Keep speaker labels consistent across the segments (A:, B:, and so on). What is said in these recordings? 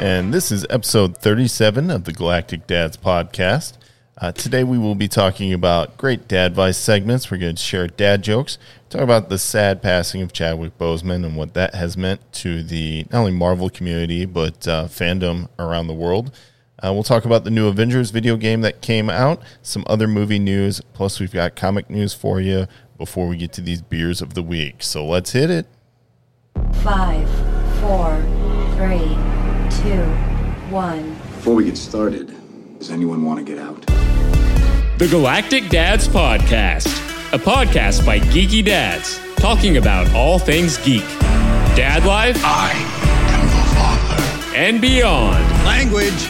A: and this is episode 37 of the Galactic Dads podcast. Uh, today, we will be talking about great dad advice segments. We're going to share dad jokes, talk about the sad passing of Chadwick Boseman and what that has meant to the not only Marvel community, but uh, fandom around the world. Uh, we'll talk about the new Avengers video game that came out, some other movie news, plus, we've got comic news for you before we get to these beers of the week. So let's hit it.
B: Five, four, three, two, one.
C: Before we get started, does anyone want to get out?
D: The Galactic Dads Podcast, a podcast by geeky dads talking about all things geek, dad life,
E: I am the father.
D: and beyond.
E: Language.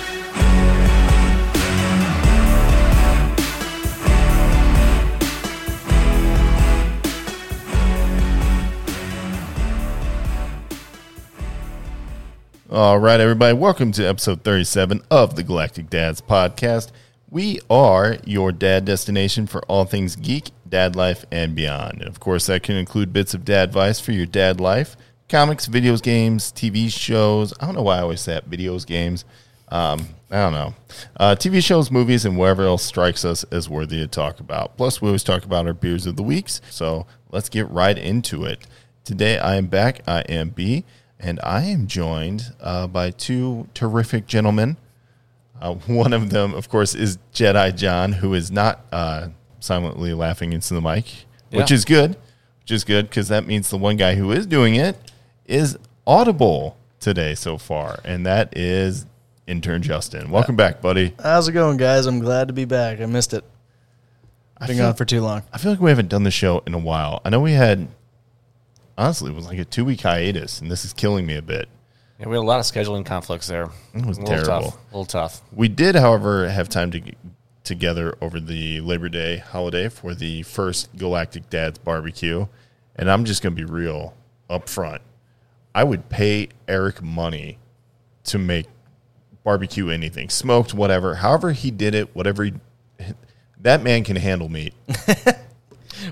A: All right, everybody, welcome to episode 37 of the Galactic Dads Podcast. We are your dad destination for all things geek, dad life, and beyond. And of course, that can include bits of dad advice for your dad life, comics, videos, games, TV shows. I don't know why I always say that, videos, games. Um, I don't know. Uh, TV shows, movies, and whatever else strikes us as worthy to talk about. Plus, we always talk about our beers of the weeks. So let's get right into it. Today, I am back. I am B, and I am joined uh, by two terrific gentlemen. Uh, one of them, of course, is Jedi John, who is not uh, silently laughing into the mic, which
F: Yeah.
A: is good, which is good because that means the one guy who is doing it is audible today so far, and that is intern Justin. Welcome back, buddy.
F: How's it going, guys? I'm glad to be back. I missed it.
A: I
F: Been
A: feel-
F: gone for too long.
A: I feel like we haven't done the show in a while. I know we had, honestly, it was like a two week hiatus, and this is killing me a bit.
G: Yeah, we had a lot of scheduling conflicts there.
A: It was
G: a little
A: terrible.
G: Tough, a little tough.
A: We did, however, have time to get together over the Labor Day holiday for the first Galactic Dad's barbecue. And I'm just going to be real up front. I would pay Eric money to make barbecue anything, smoked, whatever. However, he did it, whatever he, that man can handle meat.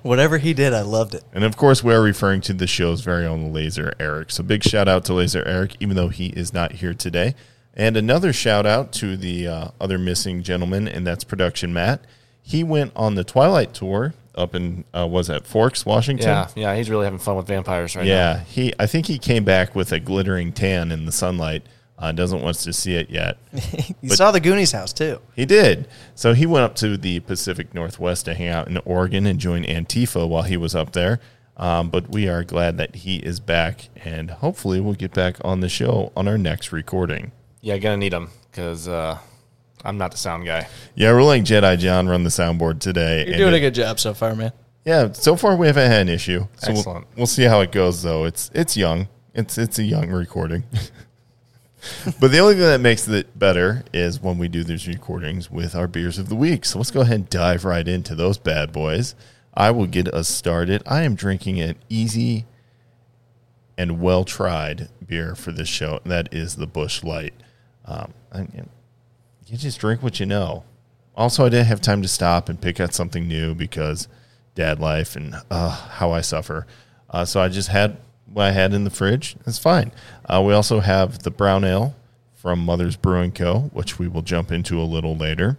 F: Whatever he did, I loved it.
A: And of course, we're referring to the show's very own Laser Eric. So big shout out to Laser Eric, even though he is not here today. And another shout out to the uh, other missing gentleman, and that's production Matt. He went on the Twilight tour up in uh, was that Forks, Washington.
G: Yeah, yeah, he's really having fun with vampires right now.
A: Yeah, he. I think he came back with a glittering tan in the sunlight. Uh, doesn't want us to see it yet.
F: You saw the Goonies house too.
A: He did. So he went up to the Pacific Northwest to hang out in Oregon and join Antifa while he was up there. Um, but we are glad that he is back, and hopefully we'll get back on the show on our next recording.
G: Yeah, gonna need him because uh, I'm not the sound guy.
A: Yeah, we're letting Jedi John run the soundboard today.
F: You're
A: and
F: doing
A: it-
F: a good job so far, man.
A: Yeah, so far we haven't had an issue. So we'll-
G: Excellent.
A: We'll, see how it goes, though. It's it's young. It's it's a young recording. but the only thing that makes it better is when we do these recordings with our beers of the week. So let's go ahead and dive right into those bad boys. I will get us started. I am drinking an easy and well tried beer for this show, and that is the Bush Light. Um, I, you just drink what you know. Also, I didn't have time to stop and pick out something new because dad life and uh, how I suffer. Uh, so I just had what I had in the fridge. It's fine. Uh, we also have the brown ale from Mother's Brewing Co., which we will jump into a little later.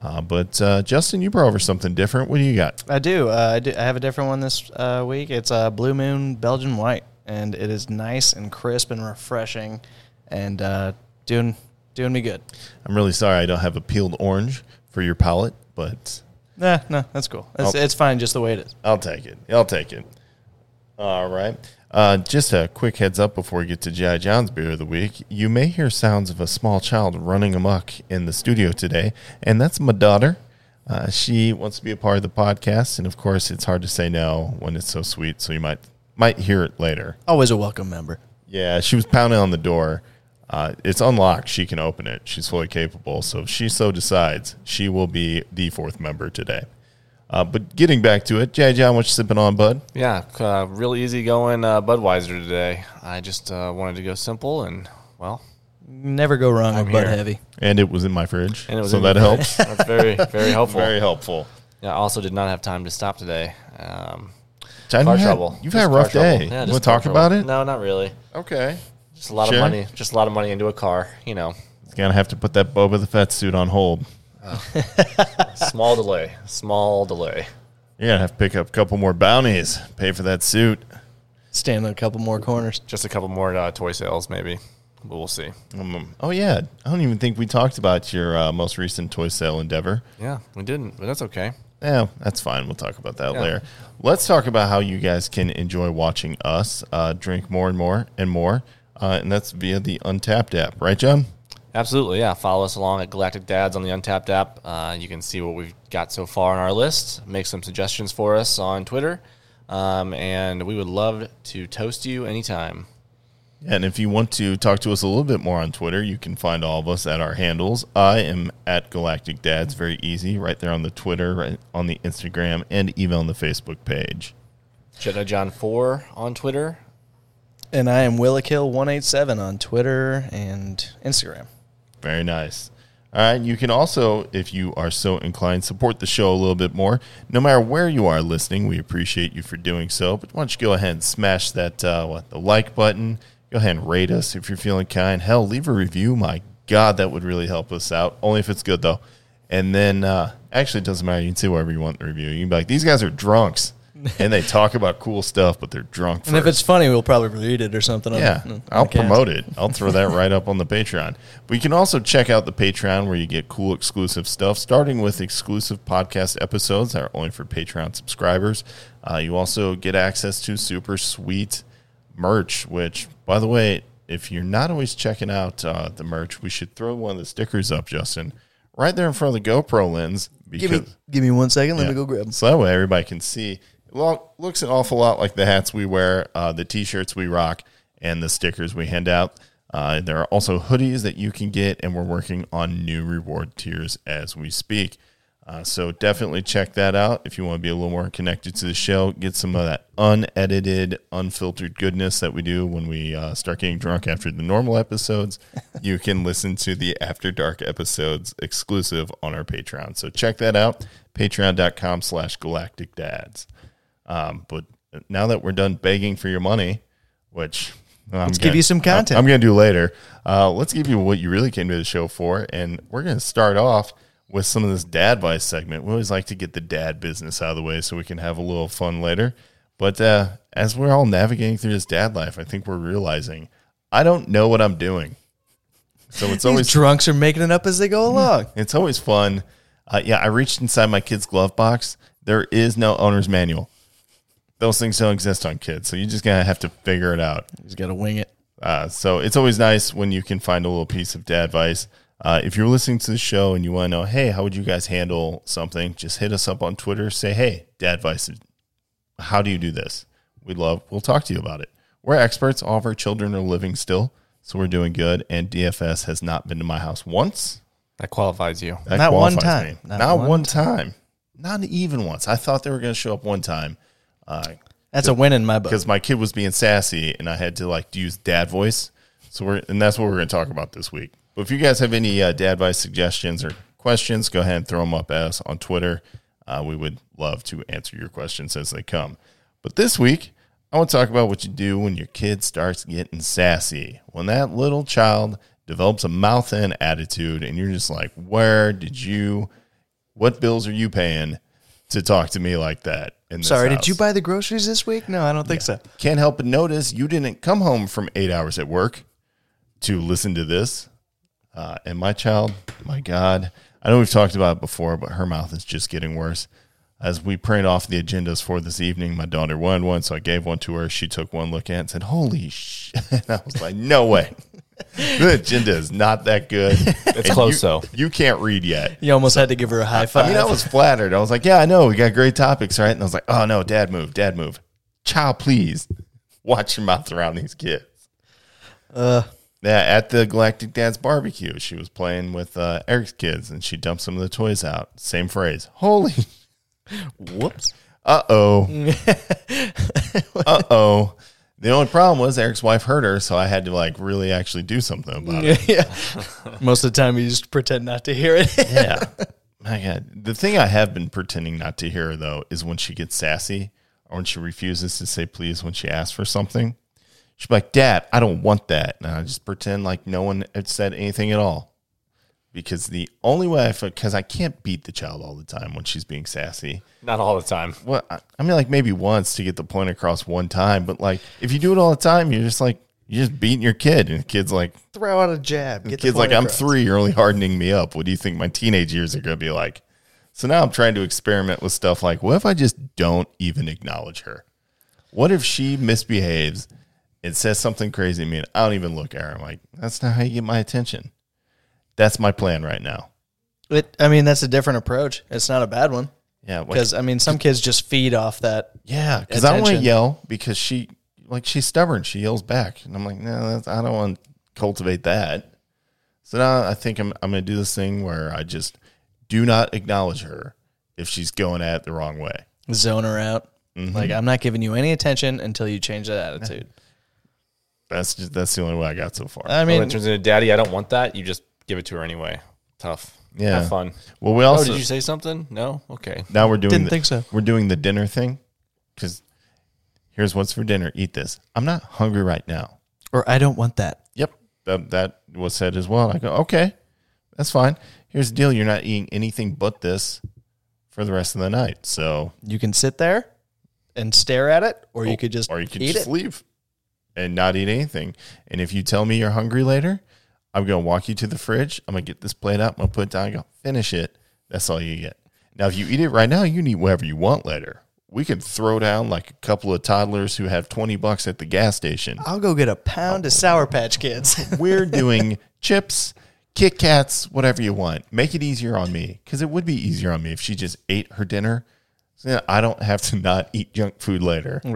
A: Uh, but uh, Justin, you brought over something different. What do you got?
F: I do. Uh, I do. I have a different one this uh, week. It's a Blue Moon Belgian White, and it is nice and crisp and refreshing, and uh, doing doing me good.
A: I'm really sorry I don't have a peeled orange for your palate, but
F: Nah, no, that's cool. It's,
A: Oh.
F: it's fine just the way it is.
A: I'll take it. I'll take it. All right. Uh, just a quick heads up before we get to G.I. John's beer of the week. You may hear sounds of a small child running amok in the studio today, and that's my daughter. Uh, she wants to be a part of the podcast, and of course, it's hard to say no when it's so sweet. So you might might hear it later.
F: Always a welcome member.
A: Yeah, she was pounding on the door. Uh, it's unlocked. She can open it. She's fully capable. So if she so decides, she will be the fourth member today. Uh, but getting back to it, Jay John, what you sipping on, bud?
G: Yeah, uh, real easy going uh, Budweiser today. I just uh, wanted to go simple and well,
F: Never go wrong with Bud
G: here.
F: Heavy.
A: And it was in my fridge,
G: And it was
A: so
G: in
A: that
G: your
A: helps.
G: that's very very helpful.
A: Very helpful.
G: yeah, I also did not have time to stop today. Um,
A: John,
G: car
A: you had-
G: trouble.
A: You've
G: Just
A: had a
G: car
A: rough
G: trouble.
A: day.
G: Yeah,
A: you
G: just
A: want to
G: car
A: talk
G: trouble.
A: about it?
G: No, not really.
A: Okay.
G: Just a lot
A: Sure.
G: of money. Just a lot of money into a car. You know,
A: It's gonna have to put that Boba the Fett suit on hold.
G: small delay. Small delay.
A: You're gonna have to pick up a couple more bounties, pay for that suit.
F: Stand in a couple more corners.
G: Just a couple more uh, toy sales, maybe. But we'll see.
A: Um, oh yeah, I don't even think we talked about your uh, most recent toy sale endeavor.
G: Yeah, we didn't, but that's okay.
A: Yeah, that's fine. We'll talk about that
G: Yeah.
A: later. Let's talk about how you guys can enjoy watching us uh, drink more and more and more, uh, and that's via the Untapped app, right, John?
G: Absolutely, yeah. Follow us along at Galactic Dads on the Untapped app. Uh, you can see what we've got so far on our list. Make some suggestions for us on Twitter, um, and we would love to toast you anytime.
A: And if you want to talk to us a little bit more on Twitter, you can find all of us at our handles. I am at Galactic Dads, very easy, right there on the Twitter, right on the Instagram, and even on the Facebook page.
G: Jedi John Four on Twitter.
F: And I am Willakill187 on Twitter and Instagram.
A: Very nice. All right. You can also, if you are so inclined, support the show a little bit more. No matter where you are listening, we appreciate you for doing so. But why don't you go ahead and smash that uh, what the like button? Go ahead and rate us if you're feeling kind. Hell, leave a review. My God, that would really help us out. Only if it's good though. And then, uh, actually, it doesn't matter. You can see wherever you want the review. You can be like, these guys are drunks, and they talk about cool stuff, but they're drunk.
F: And if
A: first.
F: it's funny, we'll probably read it or something. on-
A: Yeah,
F: on the
A: I'll
F: cast.
A: promote it. I'll throw that right up on the Patreon. But you can also check out the Patreon where you get cool exclusive stuff, starting with exclusive podcast episodes that are only for Patreon subscribers. Uh, you also get access to super sweet merch, which, by the way, if you're not always checking out uh, the merch, we should throw one of the stickers up, Justin, right there in front of the GoPro lens.
F: Give me, give me one second. Let me
A: Yeah.
F: go grab 'em.
A: So that way everybody can see. It lo- looks an awful lot like the hats we wear, uh, the t-shirts we rock, and the stickers we hand out. Uh, there are also hoodies that you can get, and we're working on new reward tiers as we speak. Uh, so definitely check that out if you want to be a little more connected to the show. Get some of that unedited, unfiltered goodness that we do when we uh, start getting drunk after the normal episodes. you can listen to the After Dark episodes exclusive on our Patreon. So check that out, patreon.com slash galactic dads. Um, but now that we're done begging for your money, which I'm
F: Let's give you some content.
A: I'm going to do later. Uh, let's give you what you really came to the show for, and we're going to start off with some of this dad advice segment. We always like to get the dad business out of the way so we can have a little fun later. But uh, as we're all navigating through this dad life, I think we're realizing I don't know what I'm doing. So it's
F: These
A: always
F: drunks are making it up as they go along.
A: it's always fun. Uh, yeah, I reached inside my kid's glove box. There is no owner's manual. Those things don't exist on kids, so you just gonna have to figure it out.
F: He's got to wing it.
A: Uh, so it's always nice when you can find a little piece of dad advice. Uh, if you're listening to the show and you want to know, hey, how would you guys handle something? Just hit us up on Twitter. Say, hey, dad advice. How do you do this? We love. We'll talk to you about it. We're experts. All of our children are living still, so we're doing good. And DFS has not been to my house once.
G: That qualifies you.
A: That
F: Not one
A: qualifies
F: time.
A: me. Not,
F: Not
A: one,
F: one
A: time. Not even once. I thought they were going to show up one time
F: That's a win in my book.
A: because my kid was being sassy and I had to like use dad voice. So we're and that's what we're going to talk about this week. But if you guys have any uh, dad advice suggestions or questions, go ahead and throw them up at us on Twitter. Uh, we would love to answer your questions as they come. But this week, I want to talk about what you do when your kid starts getting sassy. When that little child develops a mouth in attitude, and you're just like, "Where did you? What bills are you paying to talk to me like that?" in this
F: Sorry, did you
A: house?"
F: buy the groceries this week? No, I don't think so.
A: Can't help but notice you didn't come home from eight hours at work to listen to this. Uh, and my child, my God, I know we've talked about it before, but her mouth is just getting worse. As we print off the agendas for this evening, my daughter wanted one, so I gave one to her. She took one look at it and said, Holy sh! And I was like, No way. the agenda is not that good. It's
G: close,
A: you,
G: though.
A: You can't read yet.
F: You almost had to give her a high five.
A: I mean, I was flattered. I was like, yeah, I know. We got great topics, right? And I was like, oh, no, dad move, dad move. Child, please watch your mouth around these kids. Uh, yeah, at the Galactic Dad's barbecue, she was playing with uh, Eric's kids and she dumped some of the toys out. Same phrase. Holy. Whoops. Uh oh. uh oh. The only problem was Eric's wife hurt her, so I had to like really actually do something about it.
F: yeah. Most of the time, you just pretend not to hear it.
A: yeah. My God. The thing I have been pretending not to hear, though, is when she gets sassy or when she refuses to say please when she asks for something. She'd be like, Dad, I don't want that. And I just pretend like no one had said anything at all. Because the only way I, because I can't beat the child all the time when she's being sassy.
G: Not all the time.
A: Well, I I mean, like maybe once to get the point across one time, but like if you do it all the time, you're just like, you're just beating your kid. And the kid's like,
F: Throw out a jab.
A: the
F: Get
A: kid's like,
F: point
A: I'm
F: across.
A: three. You're only hardening me up. What do you think my teenage years are going to be like? So now I'm trying to experiment with stuff like, what if I just don't even acknowledge her? What if she misbehaves and says something crazy to me and I don't even look at her? I'm like, that's not how you get my attention. That's my plan right now.
F: It, I mean, that's a different approach. It's not a bad one
A: Yeah. like-
F: because I mean, some kids just feed off that.
A: Yeah, because I don't want to
F: attention.
A: yell because she like she's stubborn. She yells back, and I'm like, no, that's, I don't want to cultivate that. So now I think I'm I'm gonna do this thing where I just do not acknowledge her if she's going at it the wrong way.
F: zone her out.
A: Mm-hmm.
F: Like I'm not giving you any attention until you change that attitude.
A: That's just that's the only way I got so far.
F: I
G: When
F: mean,
G: it turns into daddy, I don't want that, you just give it to her anyway. Tough.
A: Yeah.
G: Have fun.
A: well, we
G: Oh,
A: also
G: did you say something? No? Okay.
A: now we're doing
F: Didn't
A: the-
F: think so.
A: We're doing the dinner thing because here's what's for dinner. Eat this. I'm not hungry right now.
F: or I don't want that.
A: Yep. That, that was said as well. I go, okay, that's fine. Here's the deal. You're not eating anything but this for the rest of the night. So,
F: You can sit there and stare at it, or you could just
A: Oh, or you could
F: eat
A: just
F: it.
A: leave and not eat anything. And if you tell me you're hungry later, I'm going to walk you to the fridge. I'm going to get this plate out. I'm going to put it down. I go, finish it. That's all you get. Now, if you eat it right now, you can eat whatever you want later. We can throw down like a couple of toddlers who have 20 bucks at the gas station.
F: I'll go get a pound of Sour Patch Kids.
A: we're doing chips, Kit Kats, whatever you want. Make it easier on me because it would be easier on me if she just ate her dinner. So then I don't have to not eat junk food later.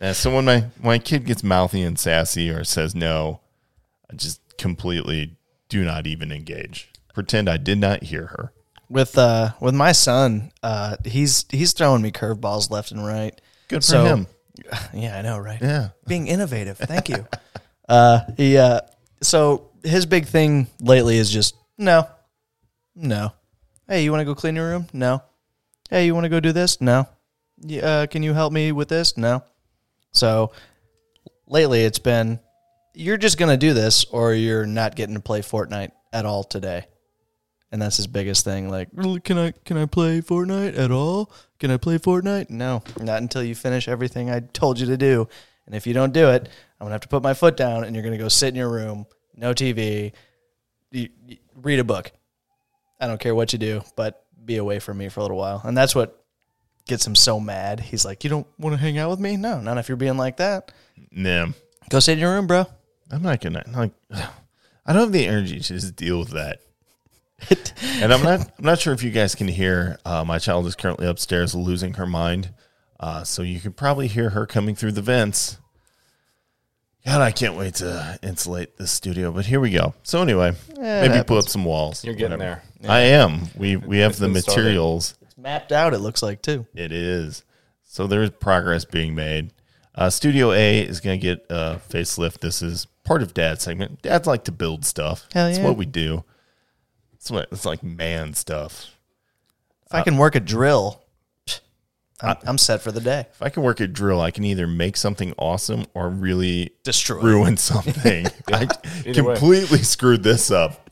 A: Uh, so when my my kid gets mouthy and sassy or says no, I just completely do not even engage. Pretend I did not hear her.
F: with uh, with my son, uh, he's he's throwing me curveballs left and right.
A: Good for
F: So-
A: him.
F: Yeah, I know, right?
A: Yeah.
F: being innovative. Thank you. uh, he, uh, so his big thing lately is just no, no. Hey, you want to go clean your room? No. Hey, you want to go do this? No. Y- Uh, can you help me with this? No. So lately, it's been you're just gonna do this, or you're not getting to play Fortnite at all today. And that's his biggest thing. Like, "Really? can I can I play Fortnite at all? Can I play Fortnite? No, not until you finish everything I told you to do. And if you don't do it, I'm gonna have to put my foot down, and you're gonna go sit in your room, no TV, you, you- read a book. I don't care what you do, but be away from me for a little while. And that's what gets him so mad. He's like, you don't want to hang out with me? No, not if you're being like that.
A: Nah,
F: Go sit in your room, bro.
A: I'm not gonna I'm like. I don't have the energy to just deal with that. and I'm not I'm not sure if you guys can hear. Uh, my child is currently upstairs losing her mind, uh, so you can probably hear her coming through the vents. God, I can't wait to insulate this studio. But here we go. So anyway, maybe put up some walls.
G: You're getting
A: there. I am. We we have the
G: been started.
A: materials.
F: It's mapped out. It looks like too.
A: It is. So there's progress being made. Uh, Studio A is going to get a facelift. This is part of Dad's segment. Dads like to build stuff.
F: Hell
A: It's
F: yeah.
A: what we do. It's what it's like man stuff.
F: If I can work a drill, psh, I'm, I'm set for the day.
A: If I can work a drill, I can either make something awesome or really
F: Destroy.
A: ruin something. I
G: Either way.
A: completely screwed this up.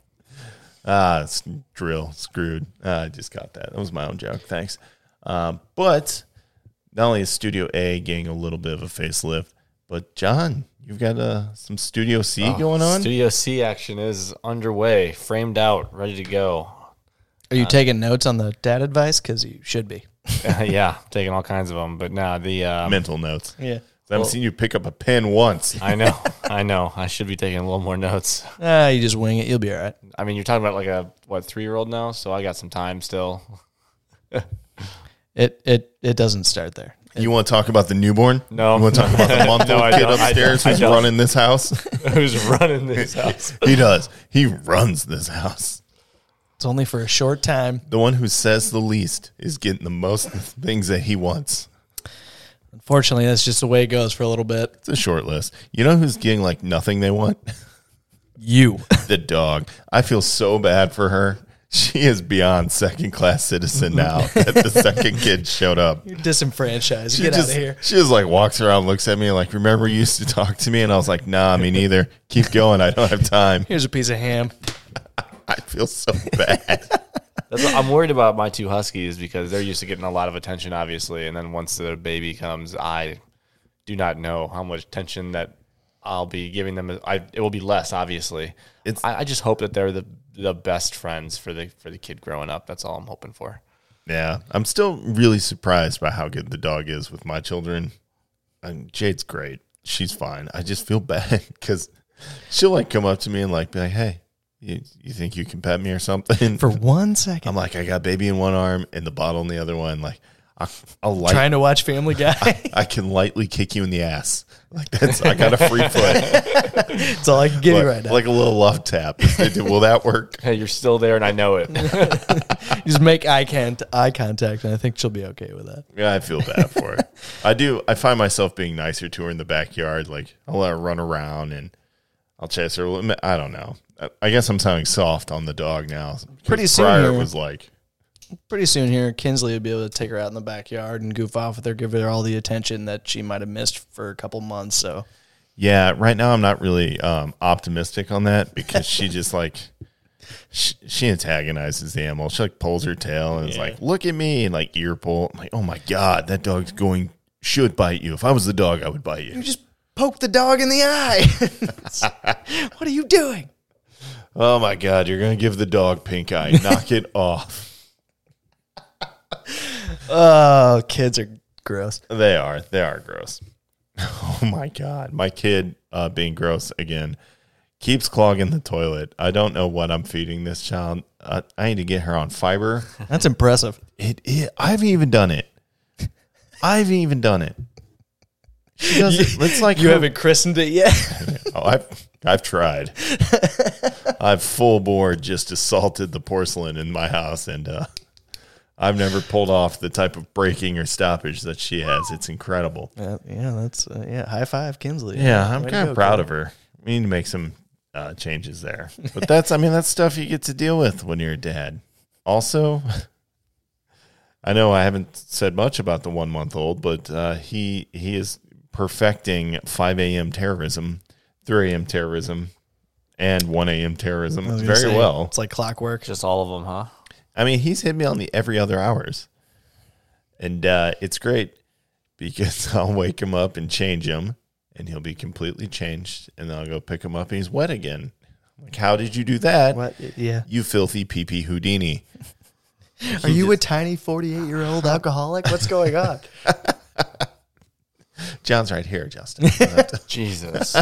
A: Ah, it's drill screwed. Ah, I just got that. That was my own joke. Thanks. Um, but not only is Studio A getting a little bit of a facelift, but John, you've got uh, some Studio C
G: Ah,
A: going on.
G: Studio C action is underway, framed out, ready to go.
F: Are you taking notes on the dad advice? Because you should be.
G: yeah, taking all kinds of them. But now the um,
A: Mental notes.
F: Yeah.
A: I haven't seen you pick up a pen once.
G: I know, I know. I should be taking a little more notes.
F: Ah, you just wing it. You'll be all right.
G: I mean, you're talking about like a what three year old now, so I got some time still.
F: It it it doesn't start there.
A: You want to talk about the newborn?
G: No.
A: You want to talk about the month old
G: I
A: kid
G: don't. I
A: upstairs
G: don't. I
A: who's
G: don't.
A: running this house?
G: Who's running this house?
A: he does. He runs this house.
F: It's only for a short time.
A: The one who says the least is getting the most things that he wants.
F: Unfortunately, that's just the way it goes for a little bit.
A: It's a short list. You know who's getting like nothing they want?
F: You.
A: the dog. I feel so bad for her. She is beyond second class citizen now that the second kid showed up.
F: You're disenfranchised.
A: She
F: Get
A: just,
F: out of here.
A: She just like walks around, looks at me like, remember you used to talk to me? And I was like, nah, me neither. Keep going. I don't have time.
F: Here's a piece of ham.
A: I feel so bad.
G: That's what- I'm worried about my two huskies because they're used to getting a lot of attention, obviously. And then once their baby comes, I do not know how much attention that I'll be giving them. I, it will be less, obviously.
A: It's-
G: I, I just hope that they're the the best friends for the for the kid growing up. That's all I'm hoping for.
A: yeah. I'm still really surprised by how good the dog is with my children. And Jade's great. She's fine. I just feel bad because she'll like come up to me and like be like, hey, you, you think you can pet me or something?
F: For one second.
A: I'm like, I got baby in one arm and the bottle in the other one. Like, I, I'll light,
F: trying to watch Family Guy.
A: I can lightly kick you in the ass. Like that's, I got a free foot,
F: That's all I can give
A: like,
F: you right now.
A: like a little love tap. Will that work?
G: Hey, you're still there, and I know it.
F: Just make eye, can- eye contact, and I think she'll be okay with that.
A: Yeah, I feel bad for her. I do. I find myself being nicer to her in the backyard. Like I'll let her run around and I'll chase her. a little bit. I don't know. I- I guess I'm sounding soft on the dog now. 'cause
F: Pretty soon
A: prior it
F: here-
A: was like,
F: Pretty soon here, Kinsley will be able to take her out in the backyard and goof off with her, give her all the attention that she might have missed for a couple months. So
A: yeah. Right now, I'm not really um, optimistic on that because she just like she, she antagonizes the animal. She like pulls her tail and is like, "Look at me!" and like ear pull. I'm like, oh my god, that dog's going should bite you. If I was the dog, I would bite you.
F: just poke the dog in the eye. what are you doing?
A: Oh my god, you're gonna give the dog pink eye. Knock it off.
F: Oh, kids are gross.
A: They are. They are gross. Oh my god, my kid uh, being gross again keeps clogging the toilet. I don't know what I'm feeding this child. Uh, I need to get her on fiber.
F: That's impressive.
A: It is. I haven't even done it. I haven't even done it. She does. It's like
F: You
A: her-
F: haven't christened it yet.
A: Oh, I've I've tried. I've full bore just assaulted the porcelain in my house, and uh, I've never pulled off the type of breaking or stoppage that she has. It's incredible.
F: Uh, yeah, that's uh, yeah. High five, Kinsley.
A: Yeah, I'm
F: Way to
A: kind
F: go,
A: of proud
F: kid.
A: of her. We need to make some uh, changes there, but that's I mean that's stuff you get to deal with when you're a dad. Also, I know I haven't said much about the one month old, but uh, he he is perfecting 5 a.m. terrorism, 3 a.m. terrorism, and 1 a.m. terrorism
F: I was gonna
A: very
F: say,
A: well.
F: It's like clockwork.
G: Just all of them, huh?
A: I mean, he's hit me on the every other hours, and uh, it's great because I'll wake him up and change him, and he'll be completely changed, and then I'll go pick him up, and he's wet again. I'm like, how did you do that?
F: What? Yeah.
A: You filthy pee pee Houdini.
F: Are you a tiny 48 year old alcoholic? What's going on?
A: John's right here, Justin. You don't have to-
G: Jesus.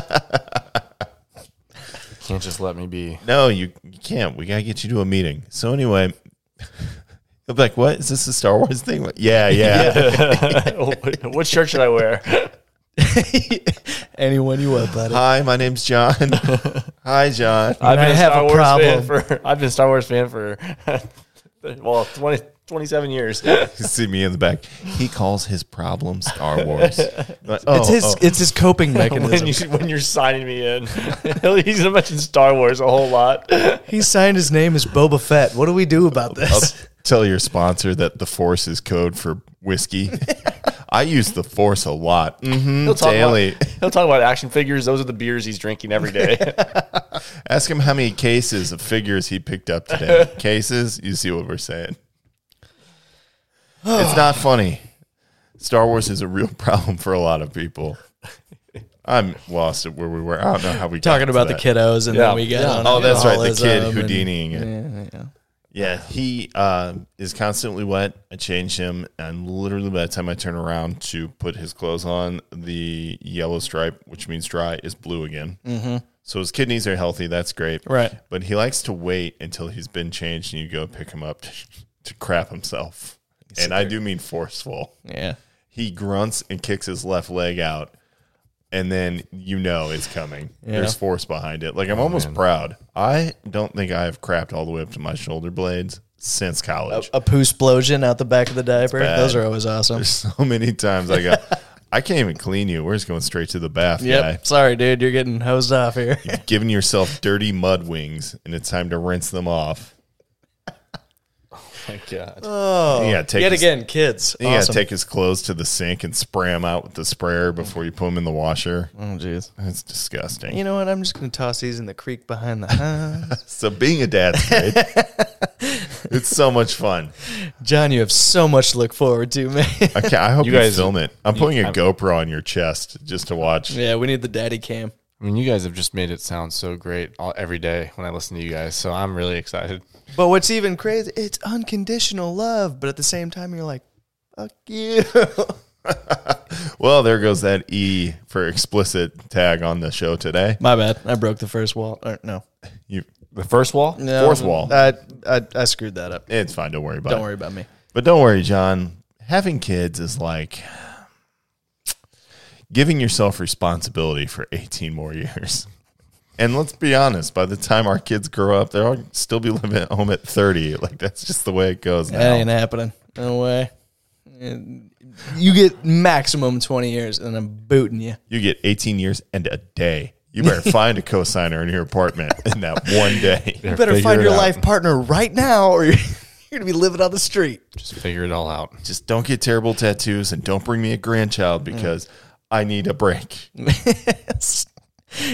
G: Can't just let me be.
A: no, you, you can't. We gotta get you to a meeting. So anyway. He'll be like, what? Is this a Star Wars thing? Yeah, yeah.
G: what shirt should I wear?
F: Anyone you want, buddy.
A: Hi, my name's John. Hi, John.
G: I've
F: I
G: been a
F: have
G: Star
F: a
G: Wars fan
F: problem.
G: for I've been a Star Wars fan for well 20, 27 years.
A: see me in the back. He calls his problem Star Wars. Like, oh,
F: it's his.
A: oh.
F: It's his coping
G: when
F: mechanism.
G: you when you're signing me in, he's gonna mention Star Wars a whole lot.
F: he signed his name as Boba Fett. What do we do about
A: oh, I'll
F: this?
A: tell your sponsor that the Force is code for whiskey. I use the Force a lot.
F: Mm-hmm.
A: hmm
G: He'll talk
A: daily.
G: About, he'll talk about action figures. Those are the beers he's drinking every day.
A: Ask him how many cases of figures he picked up today. cases, you see what we're saying. it's not funny. Star Wars is a real problem for a lot of people. I'm lost at where we were. I don't know how we got
F: Talking
A: to
F: about the
A: that.
F: kiddos, and
G: Yeah.
F: then we get
G: Yeah.
F: on
A: Oh, that's right. The kid
F: alcoholism and-
A: Houdiniing it. Yeah, he uh, is constantly wet. I change him, and literally by the time I turn around to put his clothes on, the yellow stripe, which means dry, is blue again. Mm-hmm. So his kidneys are healthy. That's great.
F: Right.
A: But he likes to wait until he's been changed, and you go pick him up to, to crap himself. And I do mean forceful.
F: Yeah.
A: He grunts and kicks his left leg out, and then you know it's coming. There's force behind it. Like I'm almost proud. I don't think I have crapped all the way up to my shoulder blades since college.
F: A poo explosion out the back of the diaper.
A: bad.
F: Those are always awesome.
A: so many times I go, I can't even clean you. We're just going straight to the bath,
F: Yep. Sorry, dude. You're getting hosed off here.
A: guy. Giving yourself dirty mud wings, and it's time to rinse them off.
G: my god.
A: yeah, take
F: Yet
A: his-
F: again, kids.
A: You gotta Oh.
F: Awesome.
A: take his clothes to the sink and spray them out with the sprayer before you put them in the washer.
F: oh, jeez.
A: That's disgusting.
F: You know what? I'm just going to toss these in the creek behind the house.
A: so being a dad's great. it's so much fun.
F: John, you have so much to look forward to, man.
A: I, ca- I hope you,
G: You guys-
A: film it. I'm putting a
G: I'm-
A: GoPro on your chest just to watch.
F: yeah, we need the daddy cam.
G: I mean, you guys have just made it sound so great all, every day when I listen to you guys. So I'm really excited.
F: But what's even crazy, it's unconditional love, but at the same time, you're like, fuck you.
A: Well, there goes that E for explicit tag on the show today.
F: My bad. I broke the first wall. Or, no.
A: You,
G: The first wall.
F: no.
A: Fourth wall.
F: Um, I, I, I screwed that up.
A: it's fine. Don't worry about
F: Don't
A: it.
F: worry about me.
A: But don't worry, John. Having kids is like giving yourself responsibility for 18 more years. And let's be honest, by the time our kids grow up, they'll still be living at home at 30. Like, that's just the way it goes
F: That
A: now.
F: ain't happening. No way. You get maximum 20 years, and I'm booting you.
A: You get 18 years and a day. You better find a cosigner in your apartment in that one day.
F: You better
G: figure
F: find
G: it
F: your
G: out.
F: life partner right now, or you're, you're going to be living on the street.
G: Just figure it all out.
A: Just don't get terrible tattoos and don't bring me a grandchild
F: Mm.
A: because I need a break.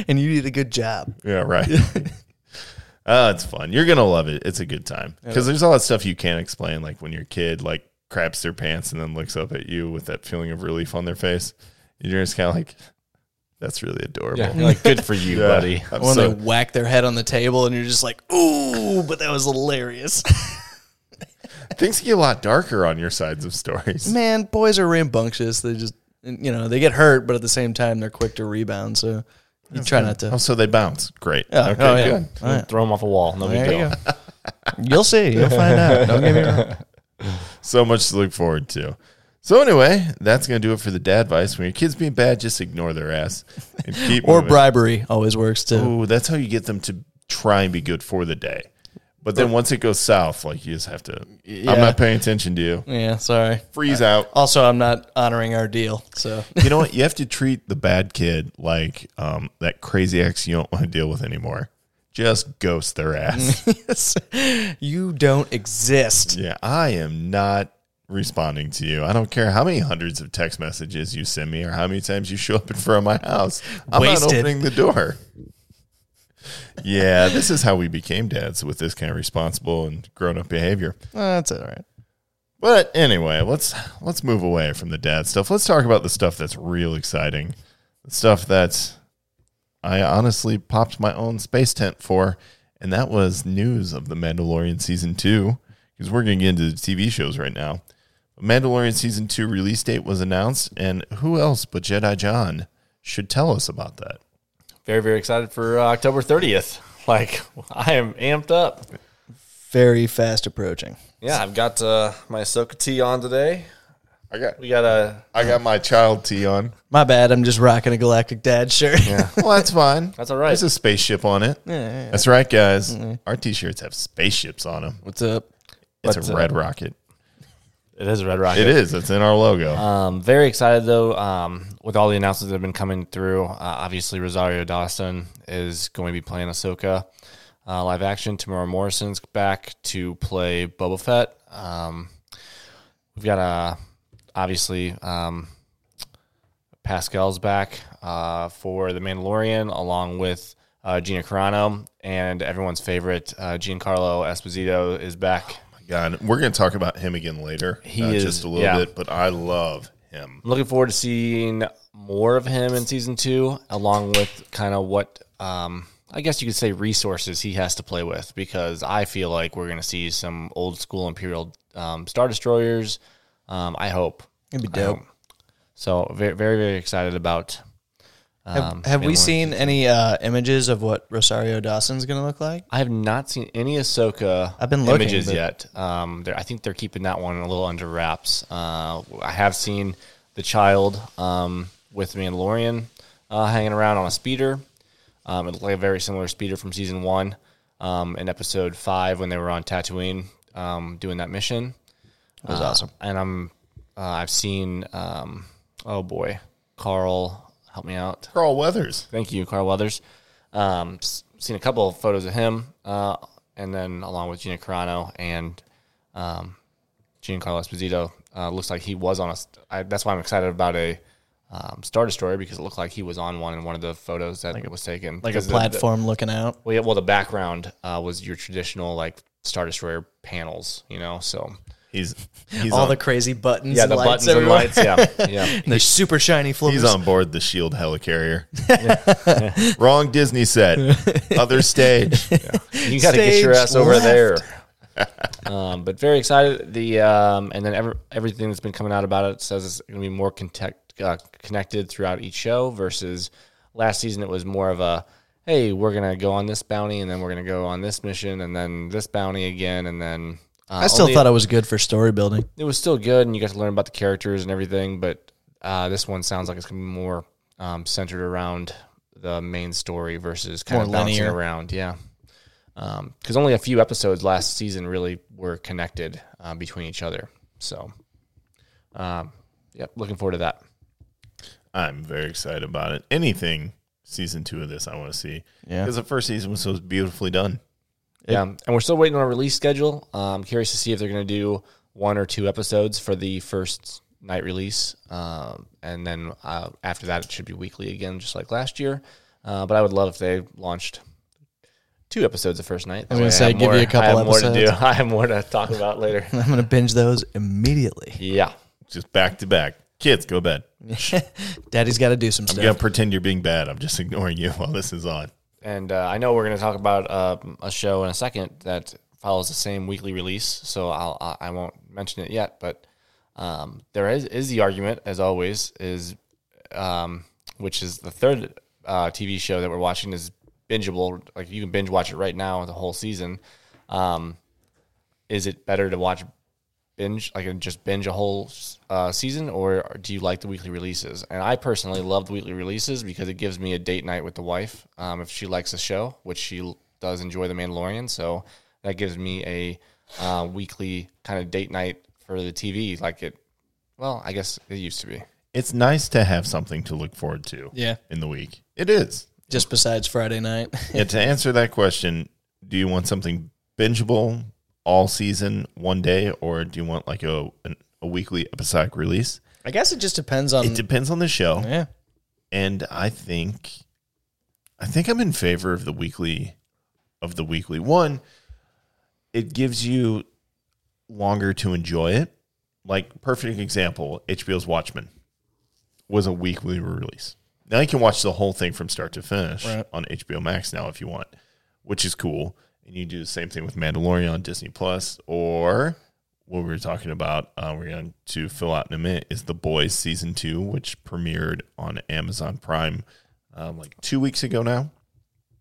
F: and you need a good job.
A: Yeah, right. uh, it's fun. You're gonna love it. It's a good time because there's all that stuff you can't explain, like when your kid like craps their pants and then looks up at you with that feeling of relief on their face. You're just kind of like, "That's really adorable."
G: Yeah. You're like, good for you,
A: Yeah.
G: buddy.
A: I'm
F: When
A: so-
F: they whack their head on the table, and you're just like, ooh, but that was hilarious.
A: things get a lot darker on your sides of stories.
F: Man, boys are rambunctious. They just, you know, they get hurt, but at the same time, they're quick to rebound. So you try not to.
A: Oh, so they bounce. Great.
F: Yeah.
A: Okay,
F: Oh, yeah.
A: good.
F: All right.
G: Throw him off a wall. No big
F: There you
G: deal.
F: go. You'll see. You'll find out. Don't get me wrong.
A: So much to look forward to. So anyway, that's gonna do it for the dad advice. When your kid's being bad, just ignore their ass and keep
F: Or
A: moving.
F: bribery always works too.
A: Ooh, that's how you get them to try and be good for the day. But then once it goes south, like you just have to. I'm not paying attention to you.
F: Yeah, sorry.
A: Freeze out.
F: Also, I'm not honoring our deal. So
A: You know what? You have to treat the bad kid like um, that crazy ex you don't want to deal with anymore. Just ghost their ass.
F: you don't exist.
A: yeah, I am not responding to you. I don't care how many hundreds of text messages you send me or how many times you show up in front of my house. I'm not
F: Wasted.
A: opening the door. Yeah, this is how we became dads with this kind of responsible and grown up behavior.
F: That's all right.
A: But anyway, let's let's move away from the dad stuff. Let's talk about the stuff that's real exciting. The stuff that I honestly popped my own space tent for, and that was news of The Mandalorian season 2 because we're going to get into the TV shows right now. Mandalorian season 2 release date was announced, and who else but Jedi John should tell us about that?
G: Very, very excited for uh, October 30th. Like, I am amped up.
F: Very fast approaching.
G: Yeah, I've got uh, my Ahsoka tee on today.
A: I got
G: We got a.
A: I got my child tee on.
F: My bad. I'm just rocking a Galactic Dad shirt.
A: Well, that's fine.
G: That's all right.
A: There's a spaceship on it. That's right, guys.
G: Mm-hmm.
A: Our t-shirts have spaceships on them.
F: What's up?
A: It's
G: But,
A: a
G: uh,
A: red rocket.
G: It is a Red Rocket.
A: It is. It's in our logo.
G: Um, very excited though um, with all the announcements that have been coming through. Uh, obviously, Rosario Dawson is going to be playing Ahsoka uh, live action. Tamara Morrison's back to play Boba Fett. Um, we've got uh, obviously um, Pascal's back uh, for The Mandalorian, along with uh, Gina Carano and everyone's favorite uh, Giancarlo Esposito is back.
A: God, we're going to talk about him again later.
G: He
A: uh,
G: is-
A: just a little
G: yeah.
A: bit, but I love him.
G: I'm looking forward to seeing more of him in season two, along with kind of what um, I guess you could say resources he has to play with, because I feel like we're going to see some old school Imperial um, Star Destroyers. Um, I hope.
F: It'd be
G: I
F: dope.
G: hope. So very, very, very excited about. um,
F: Have we
G: Mandalorian
F: seen any uh, images of what Rosario Dawson's going to look like?
G: I have not seen any Ahsoka
F: I've been looking,
G: images
F: but-
G: yet. Um, they're- I think they're keeping that one a little under wraps. Uh, I have seen the child um, with Mandalorian uh, hanging around on a speeder. Um, it looked like a very similar speeder from season one um, in episode five when they were on Tatooine um, doing that mission.
F: That was
G: Uh,
F: awesome.
G: And I'm uh, I've seen um, oh boy, Carl, help me out.
A: Carl Weathers.
G: Thank you, Carl Weathers. Um, s- seen a couple of photos of him, uh, and then along with Gina Carano and Um, Giancarlo Esposito uh, looks like he was on a. st- I, that's why I'm excited about a um, Star Destroyer because it looked like he was on one in one of the photos that was taken.
F: like a
G: Because the- the-
F: platform looking out.
G: well, yeah, well, the background uh, was your traditional like Star Destroyer panels, you know. So
A: He's he's
F: All
A: on,
F: the crazy buttons.
G: yeah, the
F: lights
G: buttons and
F: everywhere.
G: lights. Yeah, yeah.
F: And They're super shiny flippers.
A: he's on board the Shield helicarrier. Wrong Disney set, other stage.
G: You got to get your
F: Stage
G: ass over
F: left.
G: there. um, but very excited. The um, and then ever, everything that's been coming out about it says it's going to be more contact, uh, connected throughout each show versus last season. It was more of a hey, we're going to go on this bounty and then we're going to go on this mission and then this bounty again and then. Uh,
F: I still
G: only-
F: thought it was good for story building.
G: it was still good, and you got to learn about the characters and everything. But uh, this one sounds like it's gonna be more um, centered around the main story versus kind
F: More
G: of bouncing
F: linear.
G: around. Yeah, because only a few episodes last season really were connected uh, between each other. So, um, yep, looking forward to that.
A: I'm very excited about it. Anything season two of this, I want to see.
F: Yeah.
A: because the first season was so beautifully done.
G: Yeah, Um, and we're still waiting on a release schedule. Uh, I'm curious to see if they're going to do one or two episodes for the first night release, um, and then uh, after that, it should be weekly again, just like last year. Uh, but I would love if they launched two episodes the first night.
F: I was gonna
G: That way
F: say,
G: have
F: give you
G: more-
F: a couple
G: I have More to
F: episodes.
G: do. I have more to talk about later.
F: I'm going to binge those immediately.
G: yeah,
A: Just back to back. Kids, go to bed.
F: Daddy's got to do some
A: I'm
F: stuff.
A: gonna pretend you're being bad. I'm just ignoring you while this is on.
G: and uh, I know we're going to talk about uh, a show in a second that follows the same weekly release, so I'll I- I won't mention it yet. But um, there is is the argument, as always, is um, which is the third uh, TV show that we're watching is bingeable. Like you can binge watch it right now the whole season. Um, is it better to watch binge like and just binge a whole uh, season, or do you like the weekly releases? And I personally love the weekly releases because it gives me a date night with the wife um, if she likes a show, which she l- does enjoy The Mandalorian. So that gives me a uh, weekly kind of date night for the TV. Like it, well, I guess it used to be.
A: It's nice to have something to look forward to.
F: Yeah.
A: in the week, it is.
F: Just besides Friday night.
A: And to answer that question, do you want something bingeable all season, one day, or do you want like a an, a weekly episodic release?
F: I guess it just depends on.
A: It depends on the show,
F: yeah.
A: and I think, I think I'm in favor of the weekly, of the weekly one. It gives you longer to enjoy it. Like perfect example, HBO's Watchmen was a weekly release. Now you can watch the whole thing from start to finish
F: Right.
A: on HBO Max now if you want, which is cool. And you do the same thing with Mandalorian on Disney Plus, or what we were talking about, uh, we're going to fill out in a minute, is The Boys season two, which premiered on Amazon Prime um, like two weeks ago now.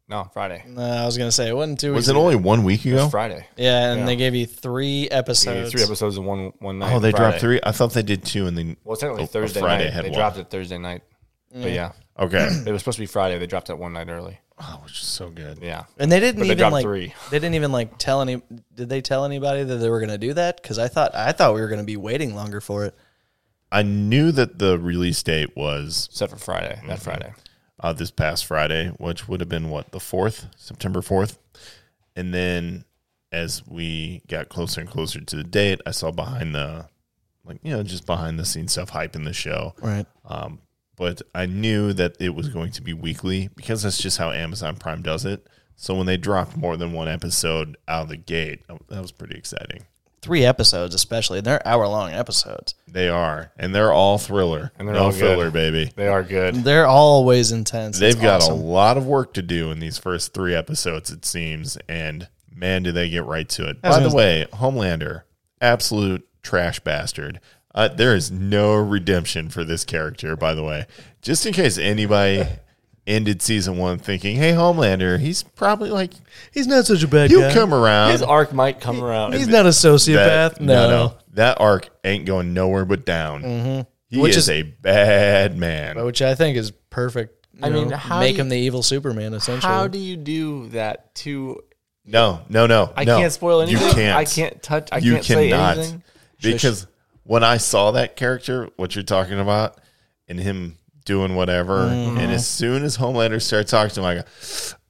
G: No, Friday.
F: No, Uh, I was going to say, it wasn't two
A: Was
F: weeks.
A: it
F: ago.
A: only one week ago?
G: It's Friday.
F: Yeah, and
G: Yeah.
F: they gave you three episodes.
G: Three episodes in one one night.
A: Oh, they
G: Friday.
A: dropped three. I thought they did two, and then
G: Well, technically
A: Oh,
G: Thursday
A: Friday
G: night.
A: had
G: They
A: one. Mm.
G: dropped it Thursday night. But yeah,
A: okay,
G: it was supposed to be Friday. They dropped it one night early.
A: oh, which is so good.
G: Yeah.
F: And they didn't
G: But they
F: even
G: dropped
F: like
G: three.
F: they didn't even like tell any. Did they tell anybody that they were going to do that? Because I thought I thought we were going to be waiting longer for it.
A: I knew that the release date was
G: Except for Friday, that Friday.
A: uh, this past Friday, which would have been what the fourth, September fourth, and then as we got closer and closer to the date, I saw behind the, like you know, just behind the scenes stuff hyping the show.
F: Right.
A: Um, but I knew that it was going to be weekly because that's just how Amazon Prime does it. So when they dropped more than one episode out of the gate, uh, that was pretty exciting.
F: Three episodes, especially, and they're hour long episodes.
A: They are, and they're all thriller,
G: And they're
A: no
G: all good.
A: filler, baby.
G: They are good.
F: They're always intense.
A: They've
F: It's
A: got
F: awesome.
A: a lot of work to do in these first three episodes, it seems, and man, do they get right to it.
F: was
A: By the
F: gonna-
A: way, Homelander, absolute trash bastard. Uh, there is no redemption for this character, by the way. Just in case anybody ended season one thinking, "Hey, Homelander, he's probably like
F: He's not such a bad
A: he'll
F: guy.
A: come around."
G: His arc might come around.
F: He's not a sociopath.
A: that,
F: no.
A: that arc ain't going nowhere but down.
G: Mm-hmm.
A: He
F: Which
A: is,
F: is-
A: a bad man.
F: which I think is perfect. I
G: I mean,
F: mean,
G: how
F: make
G: do
F: him the evil Superman essentially.
G: How do you do that to?
A: No, no, no.
G: I
A: no.
G: can't spoil anything.
A: You can't.
G: I can't touch. I
A: you
G: can't
A: cannot.
G: say anything.
A: Because when I saw that character, what you're talking about, and him doing whatever.
G: Mm-hmm.
A: And as soon as Homelander started talking to him, I go,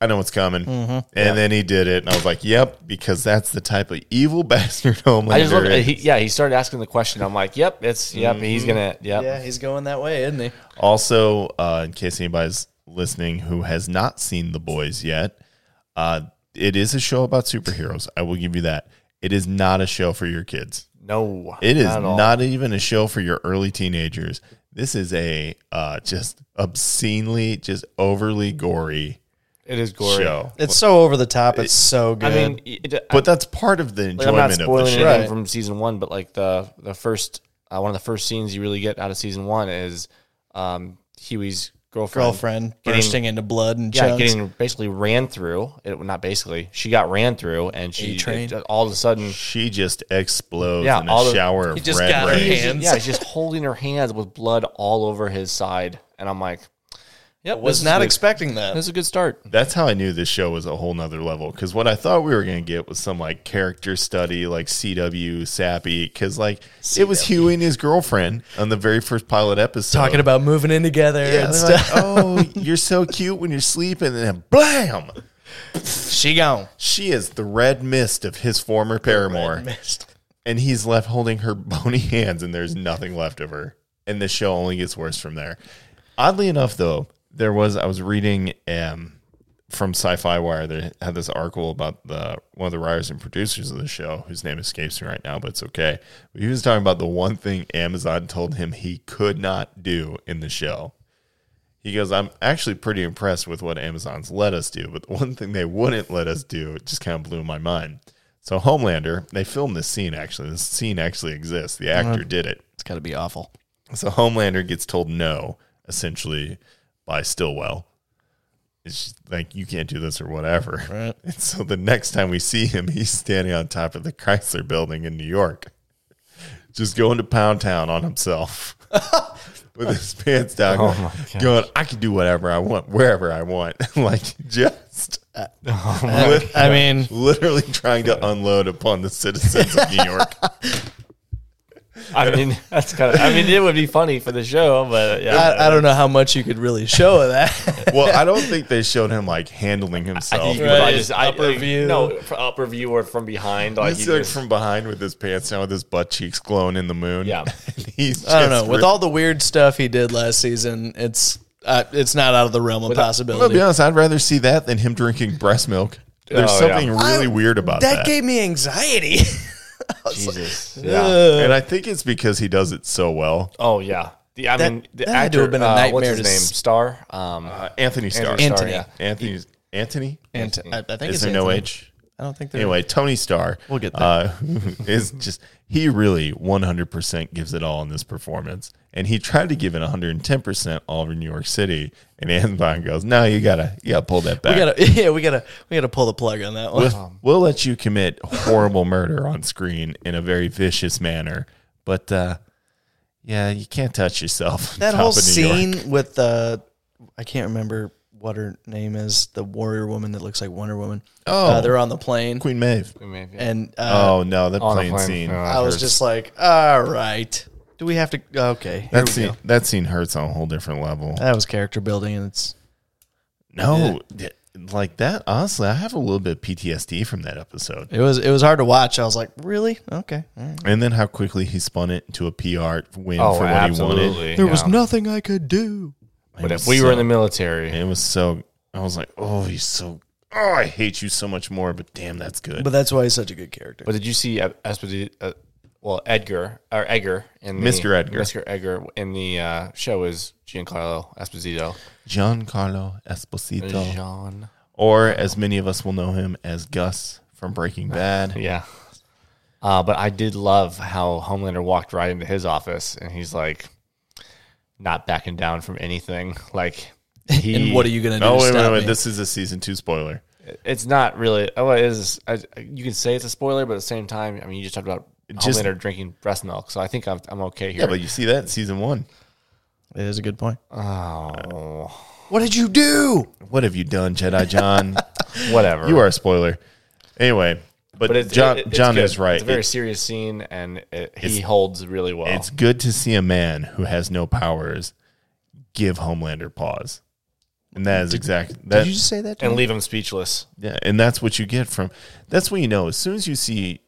A: I know what's coming.
G: Mm-hmm.
A: And then he did it. And I was like, yep, because that's the type of evil bastard Homelander.
G: I just love
A: is.
G: he, yeah, he started asking the question. I'm like, yep, it's yep,
A: Mm-hmm.
G: he's gonna yep.
F: Yeah, he's going that way, isn't he?
A: Also, uh, in case anybody's listening who has not seen The Boys yet, uh, it is a show about superheroes. I will give you that. It is not a show for your kids.
G: No.
A: It is
G: at all.
A: not, even a show for your early teenagers. This is a uh, just obscenely, just overly gory
G: it is gory.
A: show.
F: It's so over the top. It's so good.
G: I mean it, it-
A: but that's part of the
G: like, I'm not
A: enjoyment of the
G: spoiling
A: show.
G: anything
F: Right.
G: from season one, but like the the first uh, one of the first scenes you really get out of season one is um, Huey's girlfriend
F: girlfriend
G: Getting-
F: bursting into blood and
G: Yeah,
F: chunks.
G: getting basically ran through. It not basically. She got ran through, and she
F: A-Train.
G: it- all of a sudden.
A: She just explodes
G: Yeah,
A: in
G: all
A: a
G: the-
A: shower of
F: just
A: red
F: got her
A: rays.
F: hands.
G: Yeah, she's just holding her hands with blood all over his side, and I'm like, "Yep, this
F: Was
G: is
F: not
G: good.
F: expecting that.
G: This is a good start.
A: That's how I knew this show was a whole nother level. Because what I thought we were going to get was some like character study, like CW sappy. Because like it was Huey and his girlfriend on the very first pilot episode
F: Talking about moving in together
A: Yeah,
F: and
A: they're like,
F: stuff.
A: oh, you're so cute when you're sleeping, and then blam,
F: she gone.
A: she is the red mist of his former paramour, and he's left holding her bony hands, and there's nothing left of her. And the show only gets worse from there. Oddly enough, though, there was I was reading um, from Sci-Fi Wire. They had this article about the one of the writers and producers of the show, whose name escapes me right now, but it's okay. But he was talking about the one thing Amazon told him he could not do in the show. He goes, I'm actually pretty impressed with what Amazon's let us do, but the one thing they wouldn't let us do, it just kind of blew my mind. So Homelander, they filmed this scene actually. This scene actually exists. The actor did it.
F: It's got to be awful.
A: So Homelander gets told no, essentially, by Stillwell. It's just like you can't do this or whatever.
F: Right.
A: And so the next time we see him, he's standing on top of the Chrysler Building in New York, just going to Pound Town on himself with his pants down, going, "I can do whatever I want, wherever I want." like just lit-
F: I mean,
A: literally trying to unload upon the citizens of New York.
G: I mean, that's kind of. I mean, it would be funny for the show, but yeah,
F: I, I don't know how much you could really show of that.
A: well, I don't think they showed him like handling himself.
G: But I
F: Right,
G: just I,
F: upper
G: I-
F: view.
G: no for upper view or from behind. Like,
A: He's
G: you
A: like
G: just-
A: from behind with his pants down, with his butt cheeks glowing in the moon.
G: Yeah.
A: And he's
F: I don't know.
A: just
F: With
A: ripped-
F: all the weird stuff he did last season, it's uh, it's not out of the realm of
A: I'm gonna
F: possibility.
A: be honest. I'd rather see that than him drinking breast milk. There's
G: Oh,
A: something
G: yeah.
A: really
F: I-
A: weird about
F: that,
A: that.
F: gave me anxiety.
G: Jesus, yeah.
F: Ugh.
A: and I think it's because he does it so well.
G: Oh yeah. The, I
F: That-
G: mean, the actor,
F: that had to have been a
G: uh,
F: nightmare
G: what's his
F: to
G: name?
F: s-
G: Star. Um,
A: Uh, Anthony Starr.
G: Anthony.
F: Anthony.
G: yeah.
A: Anthony's Anthony.
F: Ant- I, I think
A: Is
F: it's
A: there no
F: Anthony.
A: H?
F: I don't think there.
A: Anyway, Tony Starr.
F: We'll get there.
A: Uh, is just he really 100 percent gives it all in this performance, and he tried to give it 110 percent all over New York City, and Anthony goes, "No, you gotta, you gotta pull that back.
F: we gotta yeah, we gotta we gotta pull the plug on that one.
A: we'll, we'll let you commit horrible murder on screen in a very vicious manner, but uh, yeah, you can't touch yourself. on
F: that
A: top
F: whole
A: of New York.
F: scene with the I can't remember what her name is, the warrior woman that looks like Wonder Woman.
A: Oh.
F: Uh, they're on the plane,
A: Queen Maeve.
F: and uh,
A: Oh no, that
G: On a
A: plane,
G: plane, Uh,
A: scene.
G: yeah.
F: I was just like, all right, do we have to? Okay, here
A: that
F: we
A: scene,
F: go.
A: that scene hurts on a whole different level.
F: That was character building, and it's
A: No, th- like that. Honestly, I have a little bit of PTSD from that episode.
F: it was it was hard to watch. I was like, really? Okay, all right.
A: And then how quickly he spun it into a PR win
G: oh,
A: for what
G: absolutely.
A: he wanted.
G: There was no.
F: nothing I could do.
G: But if we were in the military,
A: It was so. I was like, oh, he's so. Oh, I hate you so much more. But damn, that's good.
F: But that's why he's such a good character.
G: But did you see uh, Espedi- uh, well Edgar or Edgar in the,
A: Mr. Edgar.
G: Mr. Edgar in the uh, show is Giancarlo Esposito.
A: Giancarlo Esposito,
G: John.
A: or as many of us will know him as Gus from Breaking Bad.
G: Yeah. Uh, but I did love how Homelander walked right into his office and he's like not backing down from anything. Like he
F: and what are you gonna do?
A: Oh
F: to
A: wait, wait,
F: stop
A: wait!
F: me?
A: This is a season two spoiler.
G: it's not really oh it is I, you can say it's a spoiler, but at the same time, I mean you just talked about
A: just-
G: Homelander drinking breast milk, so I think I'm, I'm okay here.
A: Yeah, but you see that in season one.
F: it is a good point.
G: oh,
F: What did you do?
A: What have you done, Jedi John?
G: whatever.
A: you are a spoiler. Anyway, but,
G: But it's,
A: John
G: it- it's
A: John
G: good.
A: is right.
G: It's a very
A: It-
G: serious scene, and it, he holds really well.
A: It's good to see a man who has no powers give Homelander pause, and that is exactly that.
F: Did you just say that? to
G: and
F: me?
G: leave him speechless.
A: Yeah, and that's what you get from. That's what you know. As soon as you see,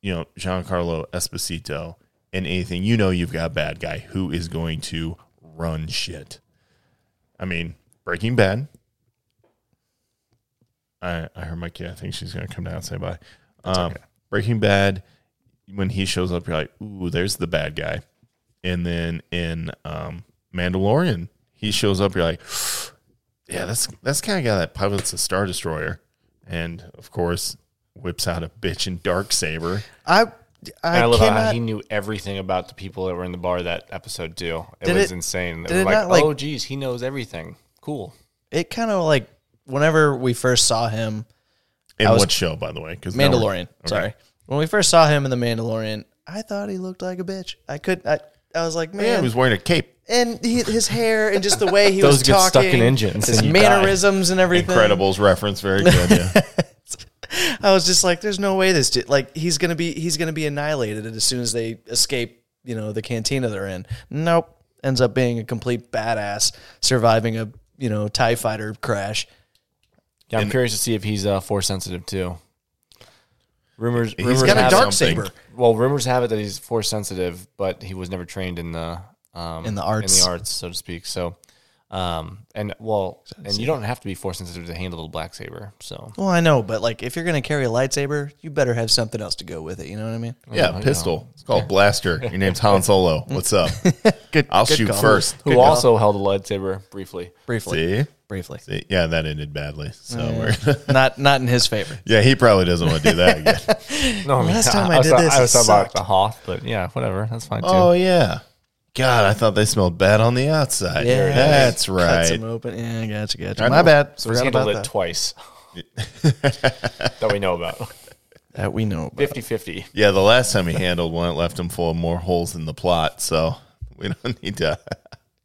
A: you know, Giancarlo Esposito in anything, you know you've got a bad guy who is going to run shit. I mean, Breaking Bad. I I heard my kid. I think she's gonna come down and say bye. Um, Breaking Bad. When he shows up, you're like, ooh, there's the bad guy. And then in um, Mandalorian, he shows up. You're like, yeah, that's that's kind of guy that pilots a star destroyer, and of course whips out a bitch and dark saber.
F: I I,
G: And I, love how
F: cannot.
G: he knew everything about the people that were in the bar that episode too. It
F: Did
G: was
F: it-
G: insane. It
F: did
G: was
F: it
G: like,
F: not, like-
G: oh geez, he knows everything. Cool.
F: it kind of like whenever we first saw him,
A: In
F: I was-
A: what show, by the way? Because
F: Mandalorian. Sorry, when we first saw him in the Mandalorian, I thought he looked like a bitch. I could. I I was like, man,
A: yeah, he was wearing a cape.
F: and he, his hair and just the way he
G: Those
F: was
G: get
F: talking,
G: stuck in engines
F: his
G: and you
F: mannerisms and everything.
A: Incredibles reference, very good. Yeah,
F: I was just like, there's no way this dude, like he's gonna be he's gonna be annihilated as soon as they escape, you know, the cantina they're in. Nope, ends up being a complete badass, surviving a you know Tie fighter crash.
G: Yeah, I'm curious to see if he's uh, force sensitive too. Rumors,
A: He's
G: rumors
F: He's got
G: have
F: a dark
G: it-
A: something.
F: saber.
G: Well, rumors have it that he's force sensitive, but he was never trained in the um,
F: In the arts.
G: in the arts, so to speak. So, um, and well, and you don't have to be force sensitive to handle the black saber. So,
F: Well, I know, but like if you're gonna carry a lightsaber, you better have something else to go with it. You know what I mean?
A: yeah, pistol. It's called blaster. Your name's Han Solo. What's up?
F: Good.
A: I'll
F: good
A: shoot
F: call.
A: first.
G: who also held a lightsaber briefly?
F: briefly,
A: See,
F: briefly,
A: See? yeah, that ended badly. So we're
F: not not in his favor.
A: yeah, he probably doesn't want to do that again.
G: No, I mean,
F: Last time I
G: was
F: did
G: thought-
F: this,
G: I was
F: it
G: talking about
F: sucked.
G: the Hoth, but yeah, whatever, that's fine too.
A: oh yeah, God, I thought they smelled bad on the outside.
F: Yeah.
A: that's
F: Cuts
A: right.
F: him open. Yeah, gotcha, gotcha.
A: I
F: My
A: know.
F: bad.
G: so he's
F: Forgot
G: handled
F: about
G: it
F: that.
G: twice that we know about.
F: that we know. About.
G: 50-50.
A: Yeah, the last time he handled one, it left him full of more holes in the plot. So we don't need to.
G: Uh,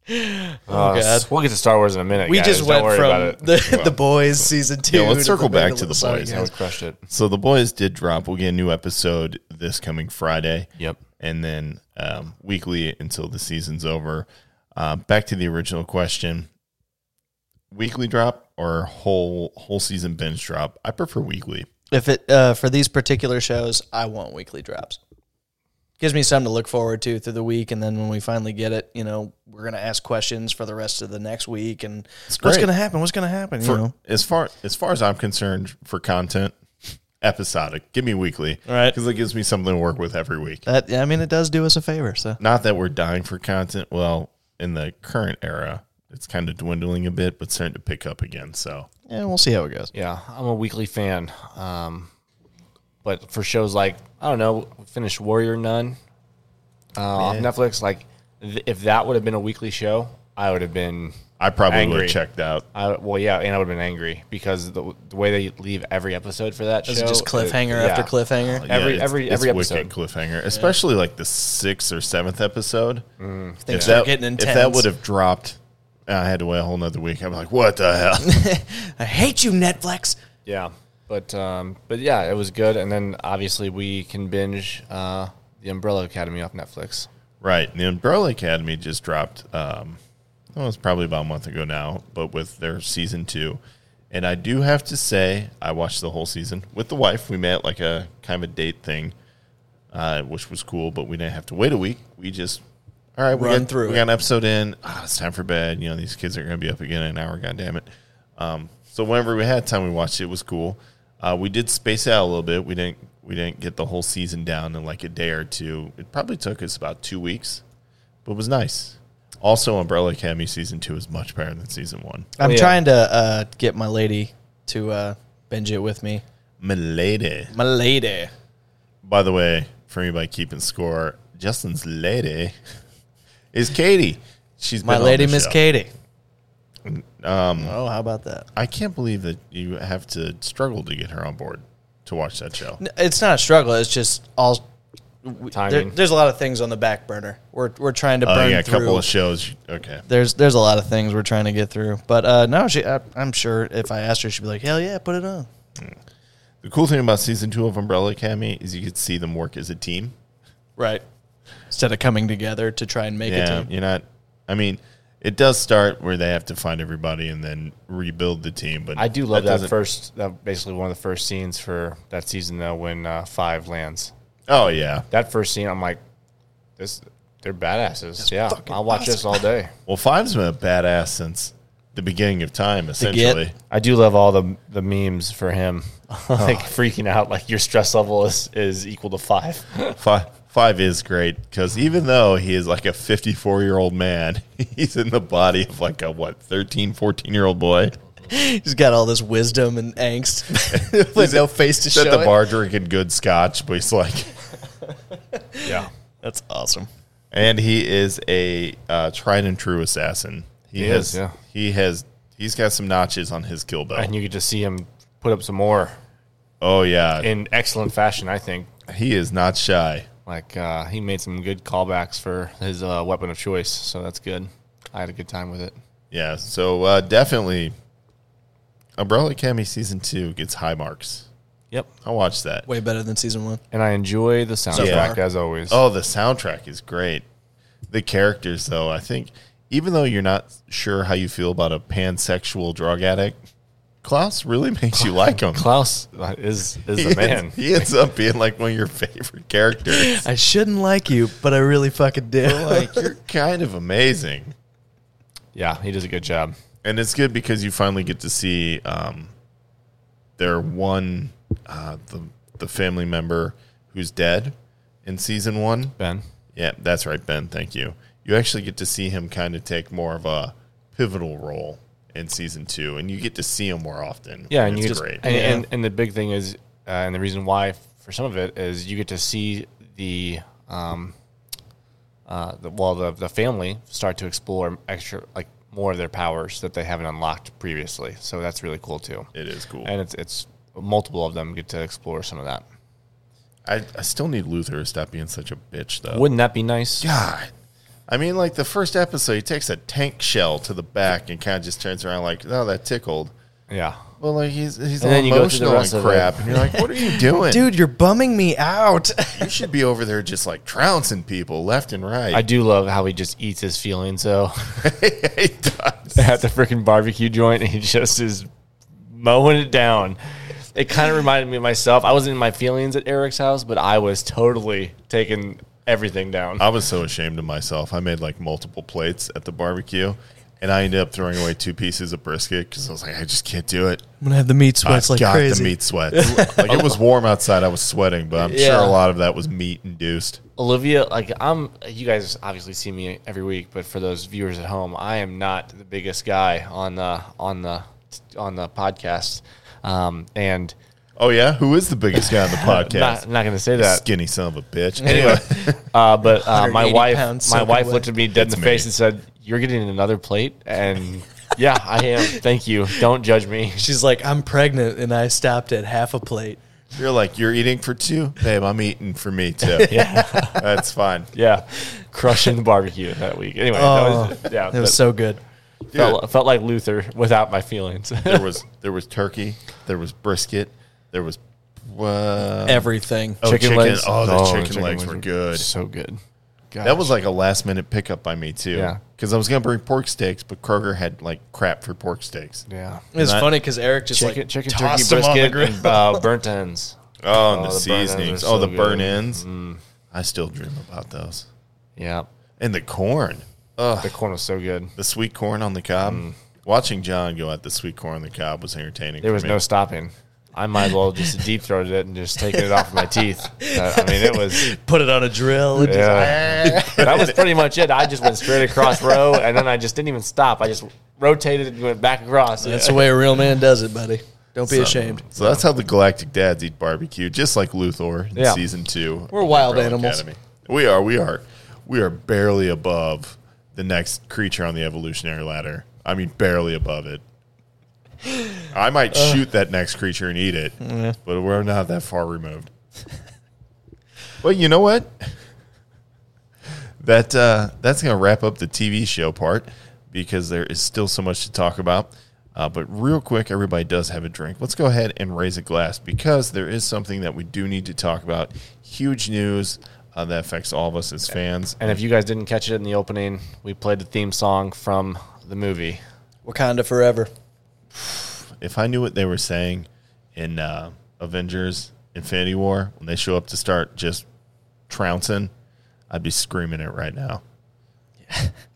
F: Oh, God.
G: We'll get to Star Wars in a minute.
F: We
G: guys.
F: just
G: Don't
F: went
G: worry about
F: from
G: it.
F: the, the boys season two.
A: Yeah, let's circle back
F: Mandal-
A: to the
F: sorry,
A: boys.
G: Yeah,
F: guys.
G: we crushed it.
A: So the boys did drop. We'll get a new episode this coming Friday.
G: Yep.
A: And then um, weekly until the season's over. Uh, back to the original question: weekly drop or whole whole season binge drop? I prefer weekly.
F: If it uh, for these particular shows, I want weekly drops. Gives me something to look forward to through the week, and then when we finally get it, you know, we're gonna ask questions for the rest of the next week, and what's
A: great.
F: gonna happen? What's gonna happen?
A: For,
F: you know,
A: As far as far as I'm concerned, for content, episodic. Give me weekly.
F: All right.
A: Because it gives me something to work with every week.
F: that I mean, it does do us a favor. So
A: not that we're dying for content. Well, in the current era, it's kind of dwindling a bit, but starting to pick up again. So
F: yeah, we'll see how it goes.
G: Yeah, I'm a weekly fan. Um, but for shows like I don't know, finish Warrior Nun uh, off Netflix. Like, th- if that would have been a weekly show, I would have been.
A: I probably would
G: Angry.
A: have checked out.
G: I, well, yeah, and I would have been angry because the, the way they leave every episode for that
F: Is
G: show
F: it Oh, just cliffhanger
G: yeah.
F: after cliffhanger?
A: Yeah,
G: Every
A: it's-
G: every
A: it's
G: every
A: wicked
G: episode.
A: cliffhanger, especially like the sixth or seventh episode. If
F: Things are
A: that
F: getting
A: if
F: intense.
A: that would have dropped, I had to wait a whole nother week. I'm like, what the hell?
F: I hate you, Netflix.
G: Yeah, but um, but yeah, it was good. And then obviously we can binge uh, the Umbrella Academy off Netflix.
A: right, the Umbrella Academy just dropped. Um, well, it's probably about a month ago now, but with their season two. And I do have to say, I watched the whole season with the wife. We met like a kind of a date thing. uh, which was cool, but we didn't have to wait a week. We just, all right, we
F: Run
A: got,
F: through
A: We
F: it.
A: got an episode in. Ah, it's time for bed. You know, these kids are going to be up again in an hour. God damn it. Um, so whenever we had time, we watched it. It was cool. Uh, we did space out a little bit. We didn't we didn't get the whole season down in like a day or two. It probably took us about two weeks, but it was nice. Also, Umbrella Academy season two is much better than season one.
F: I'm
G: yeah.
F: trying to uh, get my lady to uh, binge it with me.
A: Milady.
F: My lady.
A: By the way, for anybody keeping score, Justin's lady is Katie. She's
F: My
A: been on
F: lady,
A: the
F: Miss
A: show.
F: Katie. Um, oh, how about that?
A: I can't believe that you have to struggle to get her on board to watch that show.
F: N- It's not a struggle. It's just all. we- there-
G: Timing.
F: there's a lot of things on the back burner. We're we're trying to
A: Oh,
F: burn
A: yeah, a
F: through.
A: couple of shows. Okay,
F: there's there's a lot of things we're trying to get through. But uh, no, she. I, I'm sure if I asked her, she'd be like, "Hell yeah, put it on."
A: the cool thing about season two of Umbrella Academy is you could see them work as a team.
F: Right. Instead of coming together to try and make it.
A: Yeah,
F: To,
A: you're not. I mean, It does start where they have to find everybody and then rebuild the team. But
G: I do love that,
A: doesn't-
G: first, that basically one of the first scenes for that season though, when uh, Five lands.
A: Oh yeah.
G: That first scene, I'm like, this, they're badasses. yeah, I'll watch this all day.
A: Well, Five's been a badass since the beginning of time, essentially.
G: I do love all the the memes for him, like
F: Oh.
G: freaking out, like your stress level is is equal to five.
A: Five, five is great because even though he is like a 54 year old man, he's in the body of like a what 13, 14 year old boy.
F: He's got all this wisdom and angst, with no face to
A: He's
F: show
A: at the
F: it.
A: bar drinking good scotch, but he's like,
G: Yeah,
F: That's awesome.
A: and he is a uh, tried and true assassin. He,
G: He
A: has,
G: is, yeah.
A: he has, he's got some notches on his kill belt.
G: and you get to see him put up some more
A: oh yeah,
G: in excellent fashion. I think
A: he is not shy.
G: like uh, he made some good callbacks for his uh, weapon of choice, so that's good. I had a good time with it.
A: Yeah, so uh, definitely, Umbrella Academy season two gets high marks.
G: Yep,
A: I'll watch that.
F: Way better than season one.
G: and I enjoy the soundtrack
A: far.
G: as always.
A: Oh, the soundtrack is great. The characters, though, I think, even though you're not sure how you feel about a pansexual drug addict, Klaus really makes you like him.
G: Klaus uh, is is
A: he,
G: the man.
A: Ends, he ends up being like one of your favorite characters.
F: I shouldn't like you, but I really fucking do.
A: like you're kind of amazing,
G: Yeah, he does a good job.
A: and it's good because you finally get to see um, their one uh, the the family member who's dead in season one.
G: Ben,
A: Yeah, that's right, Ben. Thank you. You actually get to see him kind of take more of a pivotal role in season two, and you get to see him more often.
G: Yeah, and
A: it's
G: you just,
A: great.
G: And, and and the big thing is, uh, and the reason why for some of it is you get to see the um, uh, the, well, the the family start to explore extra like more of their powers that they haven't unlocked previously. So that's really cool too.
A: it is cool.
G: And it's it's multiple of them get to explore some of that.
A: I, I still need Luther to stop being such a bitch, though.
G: Wouldn't that be nice?
A: God. I mean, like the first episode, he takes a tank shell to the back and kind of just turns around like, "Oh, that tickled."
G: Yeah.
A: Well, like he's he's all
G: And then you go through the
A: emotional
G: rest
A: and
G: of it.
A: crap, and you're like, "What are you doing,
F: Dude, you're bumming me out.
A: You should be over there just like trouncing people left and right."
G: I do love how he just eats his feelings though
A: he does.
G: at the freaking barbecue joint and he just is mowing it down. It kind of reminded me of myself. I wasn't in my feelings at Eric's house, but I was totally taking everything down. Uh,
A: I was so ashamed of myself. I made like multiple plates at the barbecue, and I ended up throwing away two pieces of brisket because I was like, I just can't do it.
F: I'm gonna have the meat
A: I
F: sweats like
A: got
F: crazy.
A: the meat sweats. like it was warm outside, I was sweating, but I'm
F: Yeah.
A: sure a lot of that was meat induced.
G: Olivia, like I'm you guys obviously see me every week, but for those viewers at home, I am not the biggest guy on the on the on the podcast. Um, and
A: Oh yeah, who is the biggest guy on the
G: not
A: podcast?
G: not going to say that.
A: Skinny son of a bitch.
G: Anyway,
A: Anyway,
G: uh, but uh, my
F: 180
G: wife,
F: pounds
G: my
F: soaking
G: wife
F: wet.
G: looked at me dead
A: That's
G: in the face
A: me.
G: and said, "You're getting another plate." And yeah, I am. Thank you. Don't judge me.
F: She's like, I'm pregnant, and I stopped at half a plate.
A: you're like you're eating for two, babe. I'm eating for me too. yeah, that's fine.
G: Yeah, crushing the barbecue that week. Anyway,
F: Oh,
G: that was, yeah,
F: It was
G: but
F: so good.
G: felt, felt like Luther without my feelings.
A: There was there was turkey, there was brisket, there was uh,
F: Everything.
A: oh,
G: Chicken legs?
A: Oh, the
G: Oh,
A: chicken,
G: chicken
A: legs
G: legs
A: were
G: were-
A: good.
G: so good.
A: That was like a last minute pickup by me too.
G: Yeah.
A: Because I was gonna bring pork steaks, but Kroger had like crap for pork steaks.
G: yeah,
F: It was
A: Not-
F: funny because Eric just
G: chicken,
F: like
G: chicken turkey
F: tossed them on the
G: brisket,
F: grill.
G: and, uh, burnt ends.
A: Oh, and the,
G: the burnt ends are
A: seasonings.
G: so
A: oh, the burn
G: good. Mm.
A: ends. I still dream about those.
G: Yeah,
A: And the corn.
G: the corn was so good.
A: The sweet corn on the cob. Watching John go at the sweet corn on the cob was entertaining.
G: Mm. There
A: for
G: was
A: me.
G: no stopping. I might as well just deep throated it and just taking it off my teeth. Uh, I mean, it was
F: put it on a drill. and just-
G: Yeah. that was pretty much it. I just went straight across row, and then I just didn't even stop. I just rotated and went back across.
F: That's the way a real man does it, buddy. Don't be ashamed.
A: So that's how the Galactic Dads eat barbecue, just like Luthor in
G: Yeah.
A: season two.
F: We're
A: of
F: wild
A: Umbrella
F: animals.
A: We are. We are. We are barely above the next creature on the evolutionary ladder. I mean, barely above it. I might
F: Uh.
A: shoot that next creature and eat it, but we're not that far removed. well, you know what? That uh, that's going to wrap up the TV show part because there is still so much to talk about. Uh, but real quick, everybody does have a drink. Let's go ahead and raise a glass because there is something that we do need to talk about. Huge news how that affects all of us as fans.
G: And if you guys didn't catch it in the opening, we played the theme song from the movie.
F: Wakanda forever.
A: If I knew what they were saying in uh, Avengers Infinity War when they show up to start just trouncing, I'd be screaming it right now.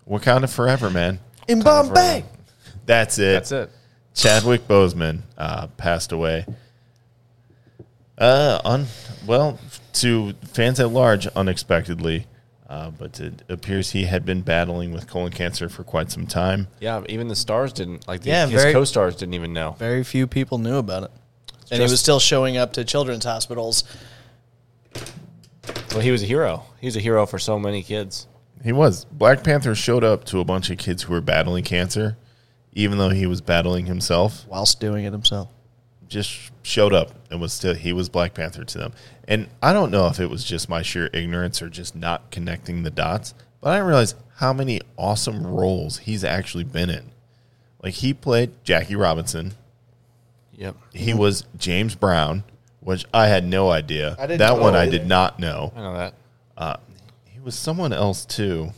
A: Wakanda forever, man.
F: In Bombay.
A: That's it.
G: That's it.
A: Chadwick Boseman uh, passed away. Uh, on well, to fans at large, unexpectedly, uh, but it appears he had been battling with colon cancer for quite some time.
G: Yeah, even the stars didn't like the,
F: Yeah,
G: his
F: very-
G: co-stars didn't even know.
F: Very few people knew about it. And he
G: Just-
F: was still showing up to children's hospitals.
G: Well, he was a hero. He was a hero for so many kids.
A: He was Black Panther showed up to a bunch of kids who were battling cancer, even though he was battling himself.
F: whilst doing it himself.
A: just showed up and was still he was Black Panther to them. And I don't know if it was just my sheer ignorance or just not connecting the dots, but I didn't realize how many awesome roles he's actually been in. Like he played Jackie Robinson.
G: Yep.
A: He
F: Mm-hmm.
A: was James Brown, which I had no idea.
F: I didn't
A: that
F: know
A: one I
F: either.
A: did not know.
G: I know that.
A: He was someone else too.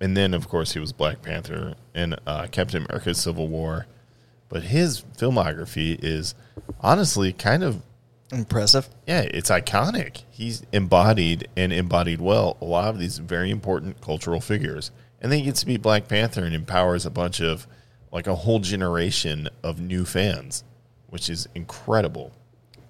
A: And then of course he was Black Panther in uh, Captain America Civil War. But his filmography is honestly kind of
F: Impressive.
A: yeah, it's iconic. He's embodied and embodied well a lot of these very important cultural figures. And then he gets to be Black Panther and empowers a bunch of like a whole generation of new fans, which is incredible.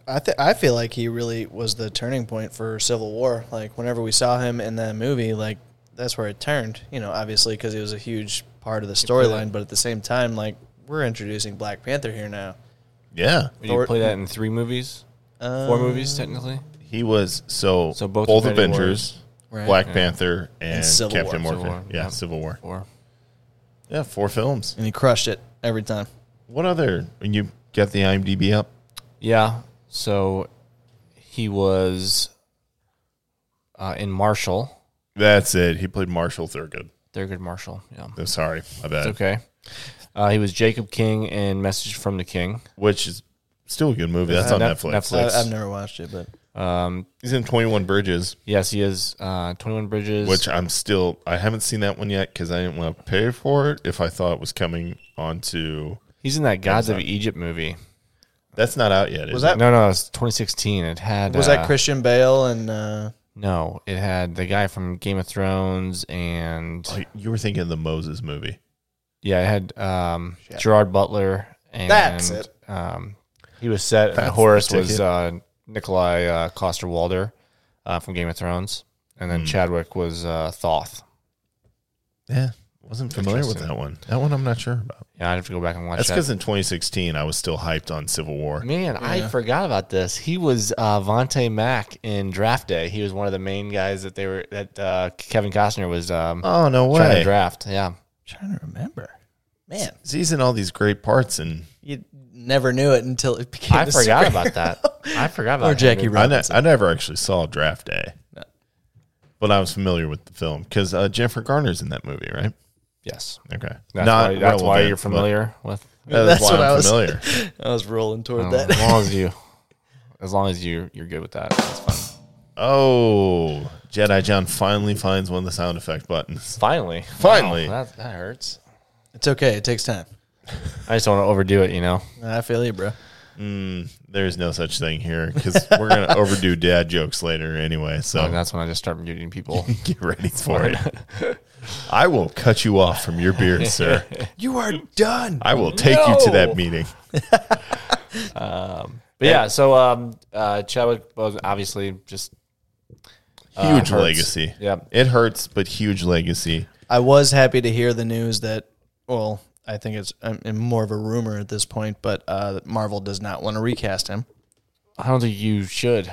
F: I th- I feel like he really was the turning point for Civil War. Like whenever we saw him in that movie, like that's where it turned. You know, obviously because he was a huge part of the storyline, but at the same time, like we're introducing Black Panther here now.
A: Yeah.
G: Did you
F: Thor-
G: play that in three movies,
F: Uh,
G: four movies technically.
A: He was so,
G: So both
A: both,
G: Infinity
A: Avengers,
F: Right.
A: Black Panther and,
F: Civil
A: Captain
F: War.
A: America.
G: Civil War,
A: Yeah,
G: yeah.
A: Civil War.
G: Four.
A: Yeah, four films.
F: And he crushed it every time.
A: What other when you get the IMDb up?
G: Yeah. So he was uh, in Marshall.
A: That's it. He played Marshall Thurgood.
G: Thurgood Marshall. Yeah.
A: I'm sorry, my bad.
G: Okay. Uh, he was Jacob King in Message from the King.
A: Which is still a good movie. That's
G: Uh,
A: on
G: Nef-
A: Netflix.
G: Netflix.
F: I,
G: Let's-
F: I've never watched it, but
A: He's in Twenty One Bridges.
G: Yes, he is. Uh, Twenty One Bridges.
A: which I'm still I haven't seen that one yet because I didn't want to pay for it if I thought it was coming onto.
G: he's in that Gods of Egypt movie.
A: That's not out yet.
F: Was
A: is
F: that-
A: it?
G: No, no, it's 2016. It had
F: was
G: uh,
F: that Christian Bale and uh,
G: No, it had the guy from Game of Thrones and
A: Oh, you were thinking of the Moses movie?
G: yeah, it had um, Gerard Butler and
F: That's it.
G: Um, he was set. and
A: That's
G: Horace
A: the
G: was
A: ticket.
G: uh, Nikolai uh, Coster Walder uh, from Game of Thrones, and
A: Hmm.
G: then Chadwick was uh, Thoth.
A: Yeah, wasn't familiar with
G: Interesting.
A: that one. That one I'm not sure about.
G: Yeah, I would have to go back and watch
A: That's
G: that.
A: because in 2016 I was still hyped on Civil War.
G: Man, I forgot about this. He was uh, Vontae Mack in Draft Day. He was one of the main guys that they were that uh, Kevin Costner was um,
A: Oh no
G: trying to
A: way!
G: draft. Yeah,
F: trying to remember. Man,
A: He's in all these great parts, and
F: you never knew it until it became.
G: I
F: a
G: forgot
F: superhero.
G: about that. I forgot about
F: Or
G: him.
F: Jackie
A: I, ne-
F: Robinson.
A: I never actually saw Draft Day, but I was familiar with the film because uh, Jennifer Garner's in that movie, right?
G: Yes,
A: Okay,
G: That's, why, that's why
A: relevant,
G: you're
A: but-
G: familiar with.
A: Yeah, that's,
F: That's
A: why
F: what
A: I'm
F: I was-
A: familiar.
F: I was rolling toward
G: Um,
F: that.
G: as long as you, as long as you, you're good with that. That's fine.
A: Oh, Jedi John finally finds one of the sound effect buttons.
G: Finally,
A: Finally.
G: Wow, Oh, that, that hurts.
F: It's okay. It takes time.
G: I just don't want to overdo it. You know,
F: I feel you, bro.
A: There's no such thing here because we're gonna overdo dad jokes later anyway. So
G: and that's when I just start muting people.
A: get ready for it. I will cut you off from your beard, sir.
F: You are done.
A: I will take you to
G: No.
A: that meeting.
G: But yeah, so um, uh, Chadwick Boseman, obviously, just it
A: Huge
G: hurts.
A: legacy.
G: Yep.
A: it hurts, but huge legacy.
F: I was happy to hear the news that, well, I think it's um, more of a rumor at this point, but uh, that Marvel does not want to recast him.
G: I don't think you should.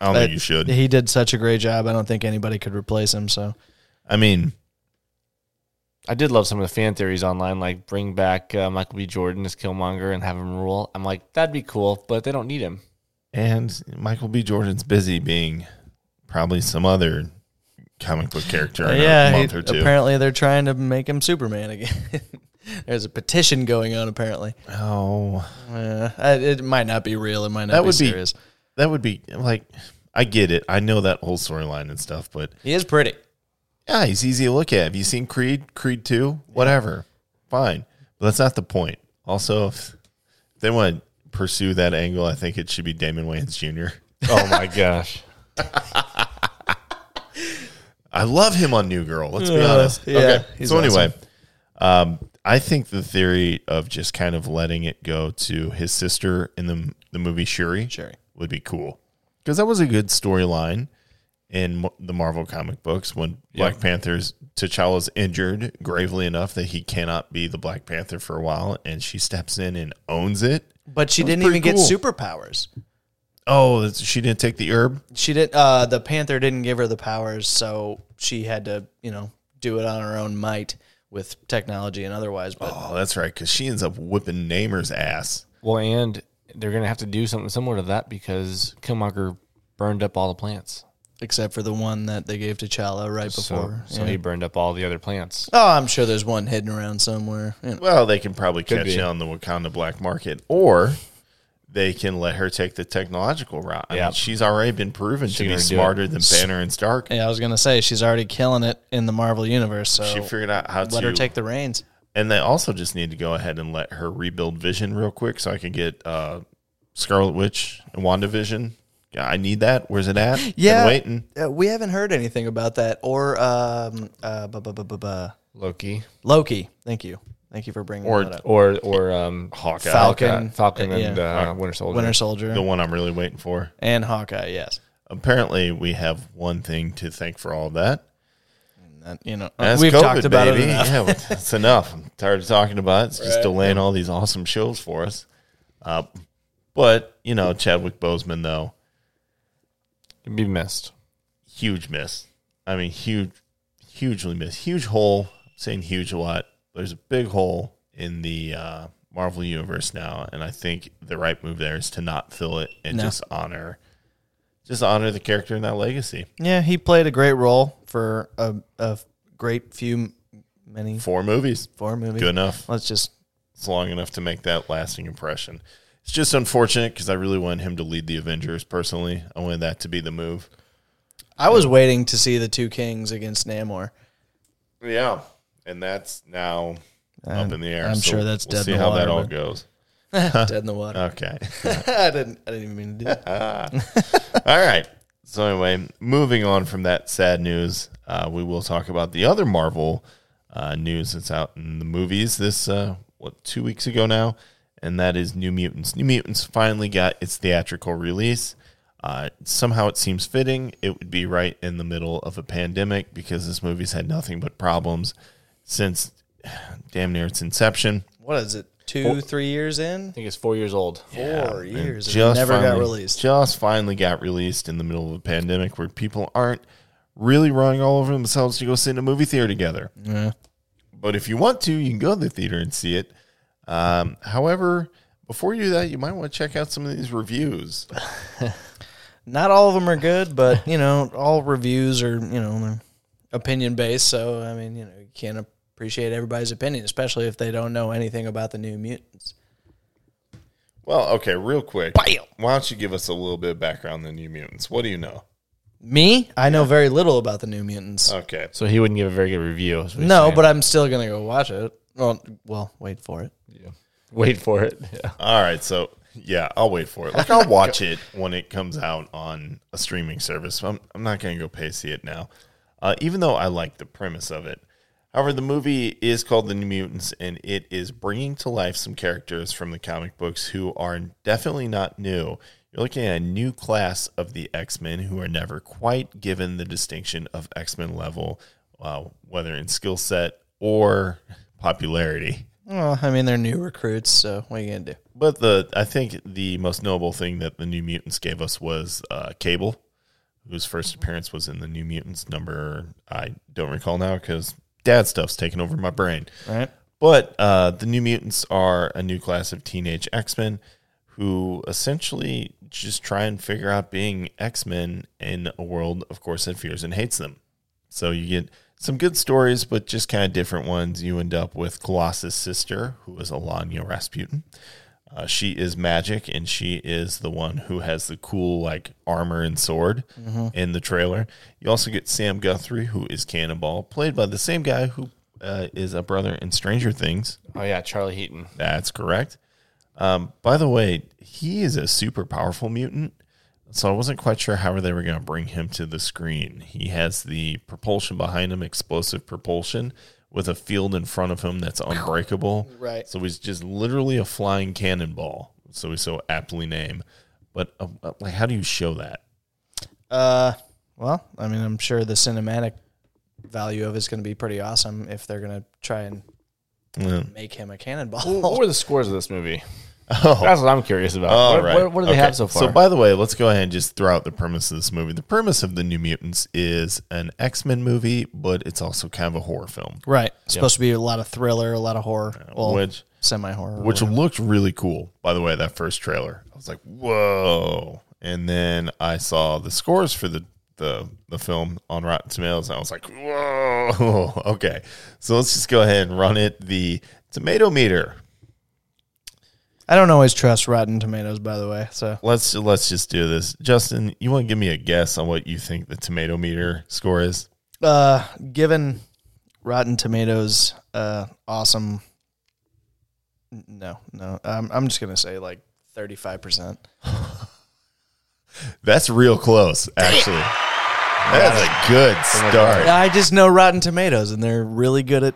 A: I don't
F: But
A: think you should.
F: He did such a great job. I don't think anybody could replace him. So
A: I mean,
G: I did love some of the fan theories online, like bring back uh, Michael B. Jordan as Killmonger and have him rule. I'm like, that'd be cool, but they don't need him.
A: and Michael B. Jordan's busy being probably some other comic book character in a
F: yeah,
A: month
F: he-
A: or two.
F: apparently they're trying to make him Superman again. There's a petition going on. Apparently,
A: oh.
F: uh, I- it might not be real. It might not
A: That
F: be
A: would be-
F: serious.
A: that would be like I get it. I know that whole storyline and stuff, but
H: He is pretty.
A: yeah, he's easy to look at. Have you seen Creed? Creed Two? Whatever. Fine. But that's not the point. Also, if they want to pursue that angle, I think it should be Damon Wayans Jr.
G: Oh my gosh.
A: I love him on New Girl. Let's be honest.
F: yeah,
A: Okay.
F: he's
A: So anyway, um, I think the theory of just kind of letting it go to his sister in the the movie Shuri,
F: Shuri.
A: would be cool because that was a good storyline in mo- the Marvel comic books when Black Panther's T'Challa's injured gravely enough that he cannot be the Black Panther for a while, and she steps in and owns it.
F: But she
A: That was
F: didn't even
A: pretty
F: get
A: cool.
F: superpowers.
A: Oh, that's- she didn't take the herb.
F: She did. Uh, the Panther didn't give her the powers, so she had to, you know, do it on her own might with technology and otherwise. But
A: Oh, that's right, because she ends up whipping Namer's ass.
G: Well, and they're going to have to do something similar to that because Killmonger burned up all the plants.
F: except for the one that they gave to T'Challa right
G: So,
F: before.
G: so
F: yeah.
G: he burned up all the other plants.
F: oh, I'm sure there's one hidden around somewhere. You know.
A: Well, they can probably catch
G: be.
A: you on the Wakanda black market, or they can let her take the technological route. I mean,
G: Yep.
A: she's already been proven to be
G: gonna do
A: smarter than Banner and Stark.
F: Yeah, I was gonna say she's already killing it in the Marvel universe. So
A: She figured out how
F: let
A: to
F: her take the reins.
A: and they also just need to go ahead and let her rebuild Vision real quick, so I can get uh, Scarlet Witch and WandaVision. Yeah, I need that. Where's it at? Been
F: Yeah.
A: waiting.
F: Uh, we haven't heard anything about that or um uh bu- bu- bu- bu- bu-
G: Loki
F: Loki. Thank you, thank you for bringing
A: Or-
F: that up.
G: or or um,
A: Hawkeye,
F: Falcon,
G: Falcon
F: uh,
G: and
F: yeah.
G: uh, Winter Soldier.
F: Winter Soldier,
A: the one I'm really waiting for.
F: and Hawkeye. Yes,
A: Apparently, we have one thing to thank for all that.
F: That, you know
A: That's
F: Uh, we've
A: COVID,
F: talked about
A: baby.
F: it. enough.
A: Yeah, well, that's enough. I'm tired of talking about it. It's just delaying all these awesome shows for us. Uh, but you know, Chadwick Boseman though,
G: It'd be missed.
A: huge miss. I mean, huge, hugely miss. Huge hole. I'm saying huge a lot. There's a big hole in the uh, Marvel universe now, and I think the right move there is to not fill it and
F: No.
A: just honor, just honor the character and that legacy.
F: Yeah, he played a great role for a, a great few many
A: Four movies,
F: four movies.
A: good enough.
F: Let's just
A: it's long enough to make that lasting impression. It's just unfortunate because I really wanted him to lead the Avengers personally. I wanted that to be the move.
F: I was waiting to see the two kings against Namor.
A: Yeah, and that's now up in the air.
F: I'm sure that's
A: we'll
F: dead
A: See
F: in the
A: how that
F: water,
A: all
F: but-
A: goes.
F: Dead in the water.
A: Okay.
F: I didn't. I didn't even mean to do that.
A: all right. So anyway, moving on from that sad news, uh, we will talk about the other Marvel uh, news that's out in the movies this uh, what two weeks ago now, and that is New Mutants. New Mutants finally got its theatrical release. Uh, somehow it seems fitting it would be right in the middle of a pandemic because this movie's had nothing but problems since damn near its inception.
F: What is it? Two, three years in?
G: I think it's four years old.
F: Four years.
A: and
F: and it never got
A: finally-
F: released.
A: Just finally got released in the middle of a pandemic where people aren't really running all over themselves to go sit in a movie theater together. But if you want to, you can go to the theater and see it. Um, however, before you do that, you might want to check out some of these reviews.
F: Not all of them are good, but you know, all reviews are you know opinion based. So I mean, you know, you can't appreciate everybody's opinion, especially if they don't know anything about the New Mutants.
A: Well, okay, real quick. Why don't you give us a little bit of background on the New Mutants? What do you know?
F: Me, I know very little about the New Mutants.
A: Okay.
G: So he wouldn't give a very good review. is what he's
F: no,
G: saying.
F: but I'm still gonna go watch it. Well, well, wait for it.
G: wait for it. Yeah.
A: All right, so yeah, I'll wait for it. Like I'll watch it when it comes out on a streaming service. I'm I'm not gonna go pay to see it now, uh, even though I like the premise of it. However, the movie is called The New Mutants, and it is bringing to life some characters from the comic books who are definitely not new. You're looking at a new class of the X Men who are never quite given the distinction of X Men level, uh, whether in skill set or popularity.
F: Well, I mean, they're new recruits, so what are you gonna do?
A: But the I think the most notable thing that the New Mutants gave us was uh, Cable, whose first appearance was in the New Mutants number I don't recall now because dad stuff's taking over my brain.
F: Right?
A: But uh, the New Mutants are a new class of teenage X Men who essentially just try and figure out being X Men in a world, of course, that fears and hates them. So you get some good stories, but just kind of different ones. You end up with Colossus' sister, who is Alanya Rasputin, Uh, she is magic, and she is the one who has the cool like armor and sword in the trailer. You also get Sam Guthrie, who is Cannonball, played by the same guy who uh, is a brother in Stranger Things.
G: Oh yeah, Charlie Heaton.
A: That's correct. Um, by the way, he is a super powerful mutant, so I wasn't quite sure how they were going to bring him to the screen. He has the propulsion behind him, explosive propulsion, with a field in front of him that's unbreakable.
F: Right.
A: So he's just literally a flying cannonball. So he's so aptly named. But uh, uh, like, how do you show that?
F: Uh, well, I mean, I'm sure the cinematic value of it's going to be pretty awesome if they're going to try and make him a cannonball.
G: What were the scores of this movie?
A: Oh,
G: That's what I'm curious about.
A: All
G: what,
A: right.
G: what, what do they
A: Okay.
G: have so far?
A: So, by the way, let's go ahead and just throw out the premise of this movie. The premise of the New Mutants is an X Men movie, but it's also kind of a horror film,
F: right. It's supposed to be a lot of thriller, a lot of horror, well,
A: which
F: semi horror,
A: which looked really cool. By the way, that first trailer, I was like, "Whoa!" And then I saw the scores for the the the film on Rotten Tomatoes, and I was like, "Whoa!" okay, so let's just go ahead and run it. The tomato meter.
F: I don't always trust Rotten Tomatoes, by the way. So
A: Let's let's just do this, Justin. You want to give me a guess on what you think the tomato meter score is?
F: Uh, given Rotten Tomatoes, uh, awesome. No, no, I'm, I'm just gonna say like 35 percent.
A: That's real close, actually. That's a good start.
F: I just know Rotten Tomatoes, and they're really good at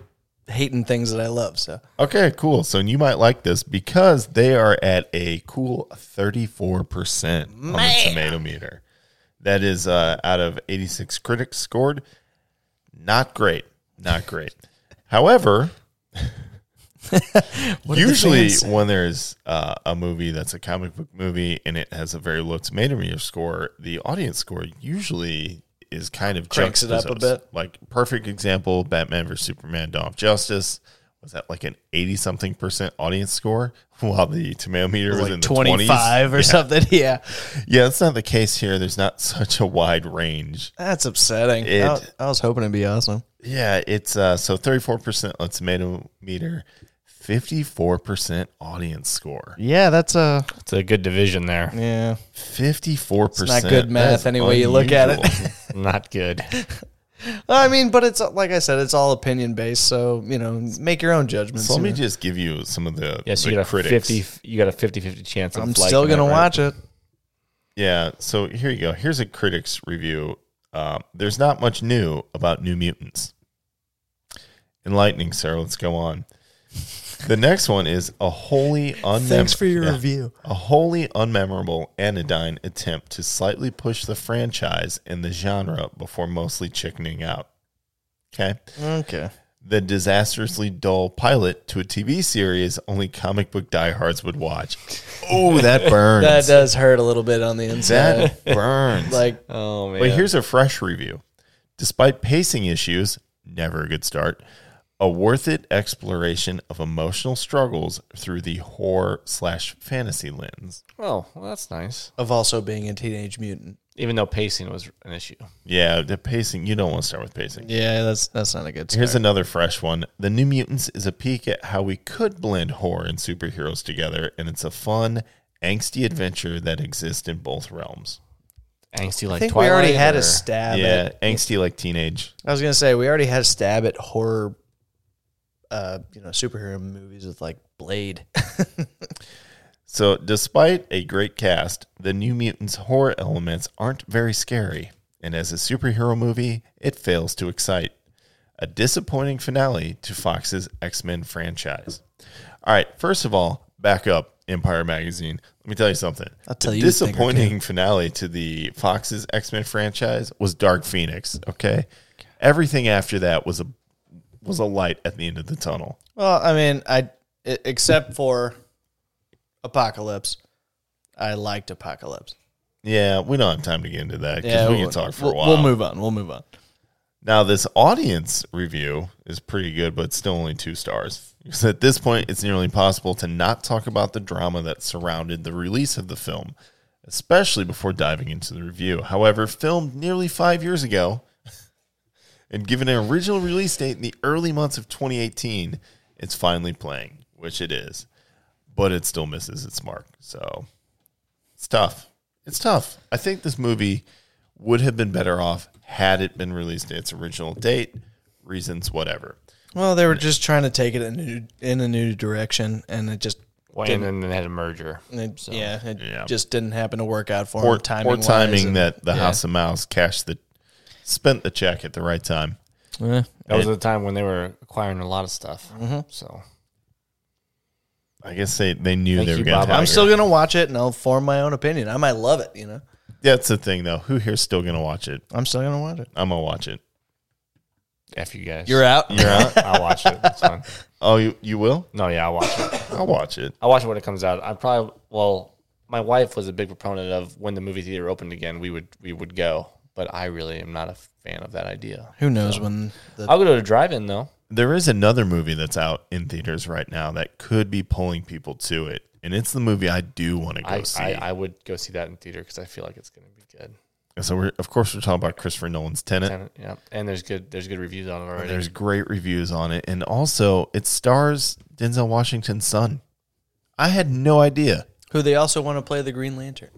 F: hating things that I love. So
A: Okay, cool. So you might like this because they are at a cool 34% on the tomato meter. That is uh, out of 86 critics scored. Not great. Not great. However,
F: do the
A: usually
F: fans say?
A: when there's uh, a movie that's a comic book movie and it has a very low tomato meter score, the audience score usually is kind of
F: Cranks it up a
A: juxtaposed.
F: bit.
A: Like perfect example, Batman vs Superman: Dawn of Justice was that like an eighty something percent audience score, while the tomato meter was, in
F: like
A: the twenty
F: 25 or something. Yeah,
A: Yeah, that's not the case here. There's not such a wide range.
F: that's upsetting.
A: It-
F: I, I was hoping it'd be awesome.
A: Yeah, it's uh, so thirty four percent on tomato meter, fifty four percent audience score.
F: Yeah, that's
A: uh,
F: a
G: it's a good division there.
F: yeah.
A: Fifty four percent.
F: It's not good math any way you look at it.
G: Not good.
F: I mean, but it's like I said, it's all opinion based. So you know, make your own judgments.
A: so let
F: you
A: me
F: know.
A: just give you some of the
G: Yes,
A: the
G: you got a
A: critics.
G: fifty. You got a 50-50 chance. Of
F: I'm
G: liking
F: still gonna
G: it, right?
F: watch it.
A: Yeah, so here you go. Here's a critics review. Um, there's not much new about New Mutants. Enlightening, sir. Let's go on. The next one is a wholly unmemorable.
F: Thanks for your review.
A: A wholly unmemorable anodyne attempt to slightly push the franchise and the genre before mostly chickening out. Okay.
F: Okay.
A: the disastrously dull pilot to a TV series only comic book diehards would watch. Oh, that burns.
F: That does hurt a little bit on the inside.
A: That burns.
F: like,
G: Oh man.
A: but here's a fresh review. Despite pacing issues, never a good start, a worth it exploration of emotional struggles through the horror slash fantasy lens.
G: oh, well, that's nice.
F: of also being a teenage mutant.
G: Even though pacing was an issue.
A: Yeah, the pacing, you don't want to start with pacing.
F: Yeah, that's that's not a good.
A: Here's another fresh one. The New Mutants is a peek at how we could blend horror and superheroes together, and it's a fun, angsty adventure that exists in both realms.
G: Angsty like
F: I think
G: Twilight
F: we already had
G: or-
F: a stab.
A: yeah,
F: At,
A: angsty like teenage.
F: I was gonna say we already had a stab at horror, uh, you know, superhero movies with like Blade.
A: So, despite a great cast, the New Mutants horror elements aren't very scary, and as a superhero movie, it fails to excite. A disappointing finale to Fox's X Men franchise. All right, first of all, back up Empire Magazine. Let me tell you something.
F: I'll tell
A: the
F: you a thing or
A: disappointing finale to the Fox's X Men franchise was Dark Phoenix. Okay, everything after that was a was a light at the end of the tunnel.
F: well, I mean, I e- except for Apocalypse, I liked Apocalypse.
A: Yeah, we don't have time to get into that because we can talk for
F: we'll,
A: a while.
F: We'll move on. We'll move on.
A: Now, this audience review is pretty good, but still only two stars. Because at this point, it's nearly impossible to not talk about the drama that surrounded the release of the film, especially before diving into the review. However, filmed nearly five years ago and given an original release date in the early months of 2018, it's finally playing, which it is. but it still misses its mark. So it's tough. It's tough. I think this movie would have been better off had it been released at its original date, reasons, whatever.
F: Well, they were just trying to take it in a new, in a new direction, and it just
G: Wayne and then had a merger.
F: it,
G: So,
F: yeah, it
A: Yeah.
F: just didn't happen to work out for
A: Or
F: him
A: timing,
F: timing.
A: or timing that the
F: yeah.
A: House of Mouse cashed the spent the check at the right time.
G: That was at the time when they were acquiring a lot of stuff. So
A: I guess they, they knew
G: Thank
A: they were
G: you,
A: going
G: Bob.
A: to have
F: I'm
A: it.
F: still gonna watch it, and I'll form my own opinion. I might love it, you know.
A: That's the thing, though. Who here's still going to watch it?
F: I'm still gonna watch it.
A: I'm going to watch it.
G: after you guys,
F: You're out.
A: You're out?
G: I'll watch it. It's fine.
A: Oh, you, you will?
G: No, yeah, I'll watch it.
A: I'll watch it.
G: I'll watch it when it comes out. I probably well, my wife was a big proponent of when the movie theater opened again, we would we would go. But I really am not a fan of that idea.
F: Who knows when the
G: I'll go to a drive-in though.
A: There is another movie that's out in theaters right now that could be pulling people to it, and it's the movie I do want to go
G: I,
A: see.
G: I I would go see that in theater because I feel like it's going to be good.
A: so we're of course we're talking about Christopher Nolan's Tenet.
G: And, yeah, and there's good there's good reviews on it already.
A: There's great reviews on it, and also it stars Denzel Washington's son. I had no idea.
F: who they also want to play the Green Lantern.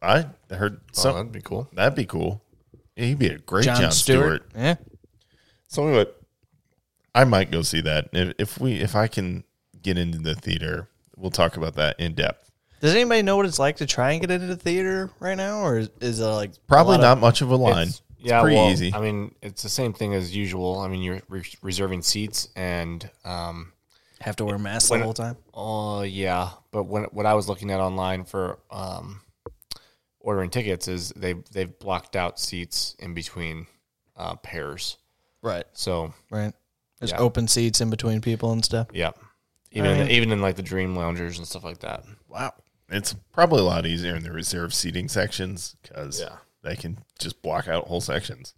A: I heard some.
G: Oh, be cool.
A: that'd be cool. Yeah, He'd be a great John,
F: John,
A: Stewart.
F: Stewart. Yeah.
A: So anyway, I might go see that if, if we if I can get into the theater. We'll talk about that in depth.
F: Does anybody know what it's like to try and get into the theater right now, or is, is it like
A: Probably
F: a lot
A: not much of a line. It's,
G: yeah,
A: pretty
G: well,
A: easy.
G: I mean, it's the same thing as usual. I mean, you're re- reserving seats, and um,
F: of- have to wear masks
G: When-
F: the whole time?
G: oh yeah. But when what I was looking at online for um, ordering tickets is they they've blocked out seats in between uh, pairs.
F: Right.
G: So
F: Right. There's
G: Yeah.
F: open seats in between people and stuff.
G: yeah, even in, even in like the dream loungers and stuff like that.
A: Wow. It's probably a lot easier in the reserved seating sections because
G: Yeah.
A: they can just block out whole sections.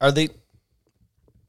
F: Are they?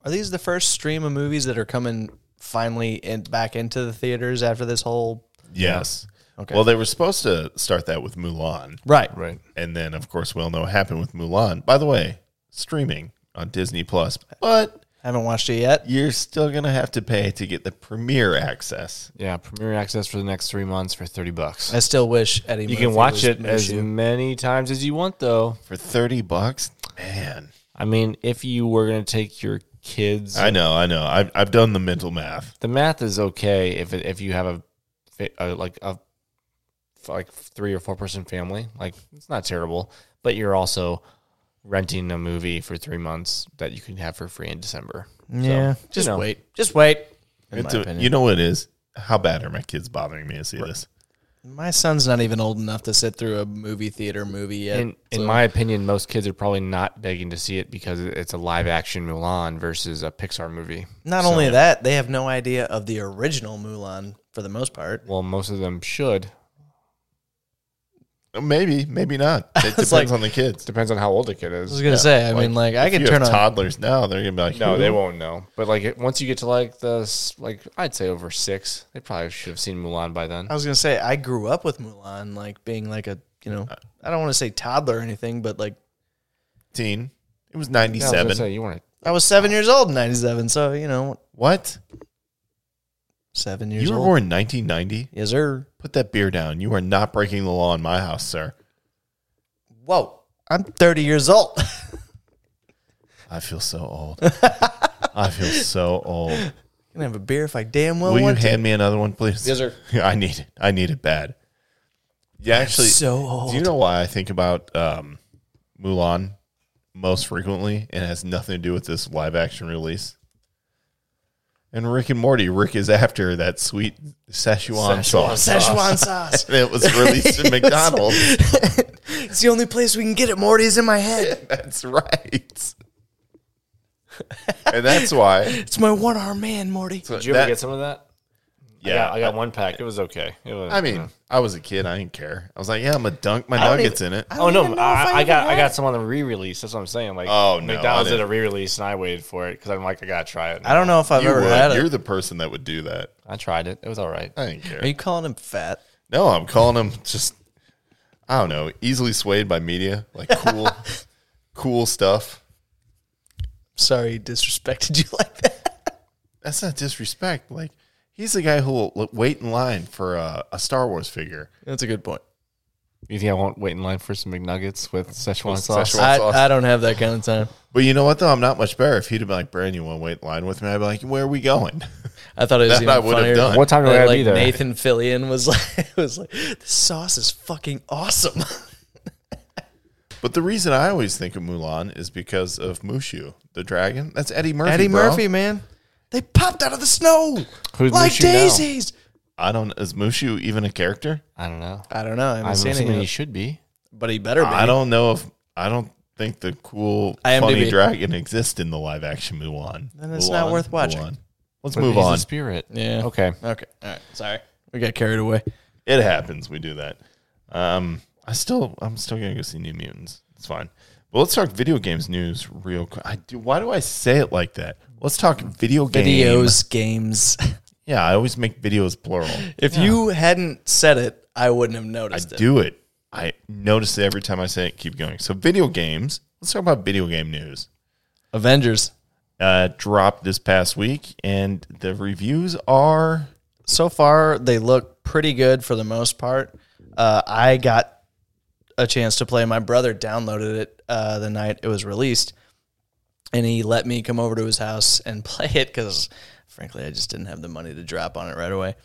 F: Are these the first stream of movies that are coming finally in, back into the theaters after this whole?
A: Yes.
F: Okay.
A: Well, they were supposed to start that with Mulan.
F: Right.
G: Right.
A: And then, of course, we all know what happened with Mulan. By the way, streaming on Disney Plus, but
F: Haven't watched it yet.
A: you're still going to have to pay to get the premiere access.
G: Yeah, premiere access for the next three months for thirty bucks.
F: I still wish Eddie.
G: You
F: Murphy
G: can watch
F: was
G: it as
F: Mushu.
G: many times as you want, though.
A: For 30 bucks? Man.
G: I mean, if you were going to take your kids,
A: I know, I know. I've, I've done the mental math.
G: the math is okay if it, if you have a, fa- a like a like three or four person family, like it's not terrible. But you're also renting a movie for three months that you can have for free in December.
F: Yeah.
G: you
F: just
G: know.
F: wait. Just wait. In
A: It's
F: my
A: a-
F: opinion.
A: you know what it is? How bad are my kids bothering me to see this?
F: My son's not even old enough to sit through a movie theater movie yet.
G: In, in my opinion, most kids are probably not begging to see it because it's a live action Mulan versus a Pixar movie.
F: Not only that, they have no idea of the original Mulan for the most part.
G: Well, most of them should.
A: Uh, Maybe, maybe not. It depends
F: like-
A: on the kids.
G: Depends on how old the kid is.
F: I was gonna say, I mean, like I
A: If
F: could
A: you
F: turn
A: have
F: on.
A: toddlers now, they're gonna be like,
G: No, they
A: "Who?"
G: won't know. But like it- once you get to like the s- like I'd say over six, they probably should have seen Mulan by then.
F: I was gonna say I grew up with Mulan, like being like a you know,
G: Uh,
F: I don't want to say toddler or anything, but like
A: Teen. It was
G: Yeah, I was gonna
A: ninety-seven.
G: say, you weren't.
F: I was seven years old in '97, so you know,
A: what?
F: seven years
A: You were
F: old.
A: born in nineteen ninety.
F: Yes, sir.
A: Put that beer down. You are not breaking the law in my house, sir.
F: Whoa, I'm 30 years old.
A: I feel so old. I feel so old.
F: Can I have a beer if I damn well
A: Will you
F: want to.
A: hand me another one, please?
F: Yes, sir.
A: I need it. I need it bad. Yeah, actually.
F: so
A: Do you
F: old.
A: know why I think about um, Mulan most frequently? And it has nothing to do with this live action release. And Rick and Morty, Rick is after that sweet Szechuan, sauce.
F: Oh, Szechuan sauce.
A: And it was released in McDonald's.
F: It's the only place we can get it. Morty's in my head.
A: That's right. and that's why.
F: It's my one arm man, Morty.
G: Did you
A: that-
G: ever get some of that?
A: Yeah,
G: I got one Uh-huh. pack. It was okay. It was,
A: I mean, I was a kid. I didn't care. I was like, yeah, I'm gonna dunk my
F: don't
A: nuggets
F: even-
A: in it.
F: I
G: oh
F: don't
G: no,
F: even know if
G: I, I
F: ever
G: got I
F: had
G: got some on the re-release. That's what I'm saying. Like,
A: Oh, no,
G: McDonald's
A: I
G: did
A: didn't.
G: a re-release, and I waited for it because I'm like, I gotta try it.
F: I don't know if I've
A: You
F: ever
A: would.
F: had it.
A: You're the person that would do that.
G: I tried it. It was all right.
A: I didn't care.
F: Are you calling him fat?
A: No, I'm calling him just I don't know, easily swayed by media, like cool cool stuff.
F: Sorry, he disrespected you like that.
A: That's not disrespect. Like He's the guy who will l- wait in line for a, a Star Wars figure.
F: That's a good point.
G: You think I won't wait in line for some McNuggets with Szechuan sauce?
A: Szechuan-
F: I,
A: sauce.
F: I don't have that kind of time.
A: But you know what though? I'm not much better. If he'd have been like, Brandon, you want to wait in line with me? I'd be like, where are we going?
F: I thought it was
A: That
F: even
A: I would have
F: funnier
A: done.
G: What time do I
F: that,
G: gotta
F: like
G: be there?
F: Nathan Fillion was like was like the sauce is fucking awesome.
A: But the reason I always think of Mulan is because of Mushu, the dragon. That's Eddie Murphy.
F: Eddie
A: bro.
F: Murphy, man, they popped out of the snow
G: Who's
F: like
G: Mushu now?
F: daisies.
A: I don't. Is Mushu even a character?
G: I don't know.
F: I don't know. I haven't
G: I'm
F: seen
G: assuming
F: any,
G: he
F: yet.
G: should be.
F: but he better be.
A: I don't know if I don't think the cool funny
F: IMDb.
A: dragon exists in the live action Mulan.
F: Then it's not
A: Mulan,
F: worth watching.
A: Mulan. Let's
G: But
A: move
G: he's a
A: on.
G: spirit.
F: Yeah.
G: Okay.
F: Okay. All right. Sorry, we got carried away.
A: It happens. We do that. Um, I still, I'm still gonna go see New Mutants. It's fine. But let's talk video games news real quick. I do. Why do I say it like that? Let's talk video games.
F: Videos, games.
A: Yeah, I always make videos plural.
F: If you hadn't said it, I wouldn't have
A: I
F: noticed it.
A: do it. I notice it every time I say it. Keep going. So video games. Let's talk about video game news.
F: Avengers.
A: Uh, dropped this past week, and the reviews are
F: So far, they look pretty good for the most part. Uh, I got a chance to play. My brother downloaded it uh, the night it was released, and he let me come over to his house and play it because, frankly, I just didn't have the money to drop on it right away.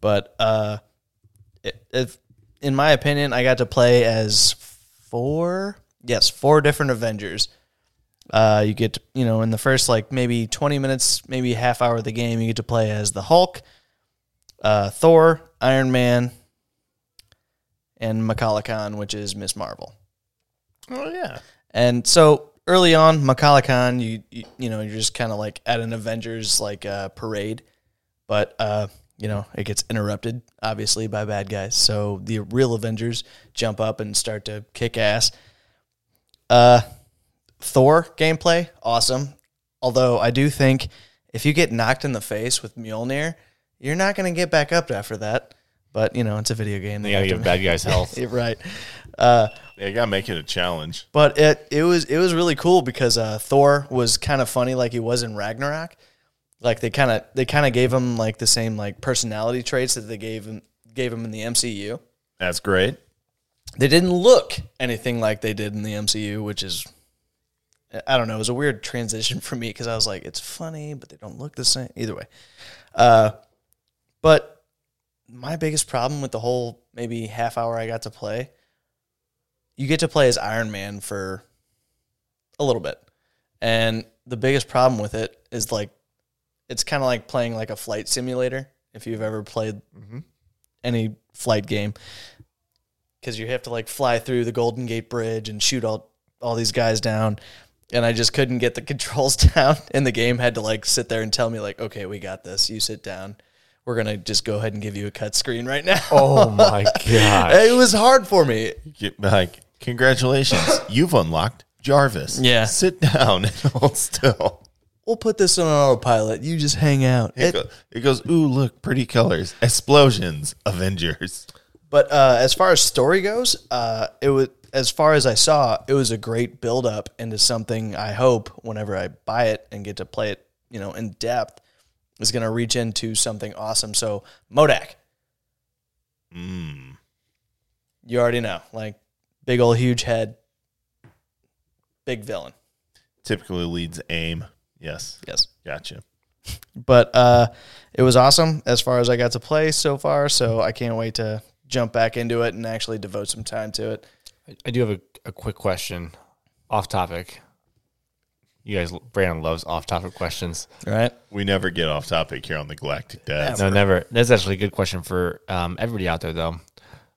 F: But uh, it, if, in my opinion, I got to play as four, yes, four different Avengers. Uh, you get, to, you know, in the first like maybe 20 minutes, maybe half hour of the game, you get to play as the Hulk, uh, Thor, Iron Man, and Makala Khan, which is Miss Marvel.
A: oh yeah,
F: And so early on, Makala Khan, you, you you know, you're just kind of like at an Avengers like uh, parade, but uh, you know, it gets interrupted obviously by bad guys. So the real Avengers jump up and start to kick ass. Uh, Thor gameplay, awesome. Although I do think if you get knocked in the face with Mjolnir, you're not going to get back up after that. But you know, it's a video game.
G: They gotta give bad guys health.
F: right.
A: they gotta make it a challenge.
F: But it it was it was really cool because uh, Thor was kind of funny, like he was in Ragnarok. Like they kind of they kind of gave him like the same like personality traits that they gave him gave him in the MCU.
A: That's great.
F: They didn't look anything like they did in the MCU, which is I don't know. It was a weird transition for me because I was like, it's funny, but they don't look the same. Either way, uh, but my biggest problem with the whole maybe half hour I got to play, you get to play as Iron Man for a little bit, and the biggest problem with it is like it's kind of like playing like a flight simulator if you've ever played any flight game because you have to like fly through the Golden Gate Bridge and shoot all all these guys down. And I just couldn't get the controls down, and the game had to like sit there and tell me like, okay, we got this. You sit down. We're gonna just go ahead and give you a cut screen right now.
G: oh my god.
F: it was hard for me.
A: Get like, congratulations, you've unlocked Jarvis.
F: Yeah.
A: sit down and hold still.
F: We'll put this on autopilot. You just hang out.
A: It,
F: It-
A: go- it goes. Ooh, look, pretty colors, explosions, Avengers.
F: But uh, as far as story goes, uh, it was as far as I saw, it was a great build up into something. I hope whenever I buy it and get to play it, you know, in depth, is going to reach into something awesome. So Modak, Hmm.
A: Mm.
F: you already know, like big old huge head, big villain.
A: Typically leads aim. Yes,
F: Yes.
A: gotcha.
F: but uh, it was awesome as far as I got to play so far. So I can't wait to jump back into it and actually devote some time to it.
G: I do have a, a quick question off topic. You guys, Brandon loves off topic questions.
F: All right.
A: We never get off topic here on the Galactic Dads.
G: No, never. That's actually a good question for um, everybody out there, though.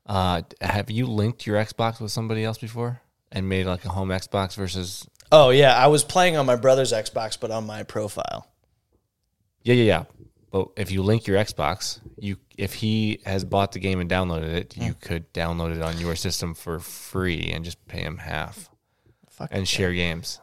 G: Uh, have you linked your Xbox with somebody else before and made like a home Xbox versus?
F: Oh yeah, I was playing on my brother's Xbox, but on my profile.
G: Yeah, yeah, yeah. But if you link your Xbox, you if he has bought the game and downloaded it, you could download it on your system for free and just pay him half and share games.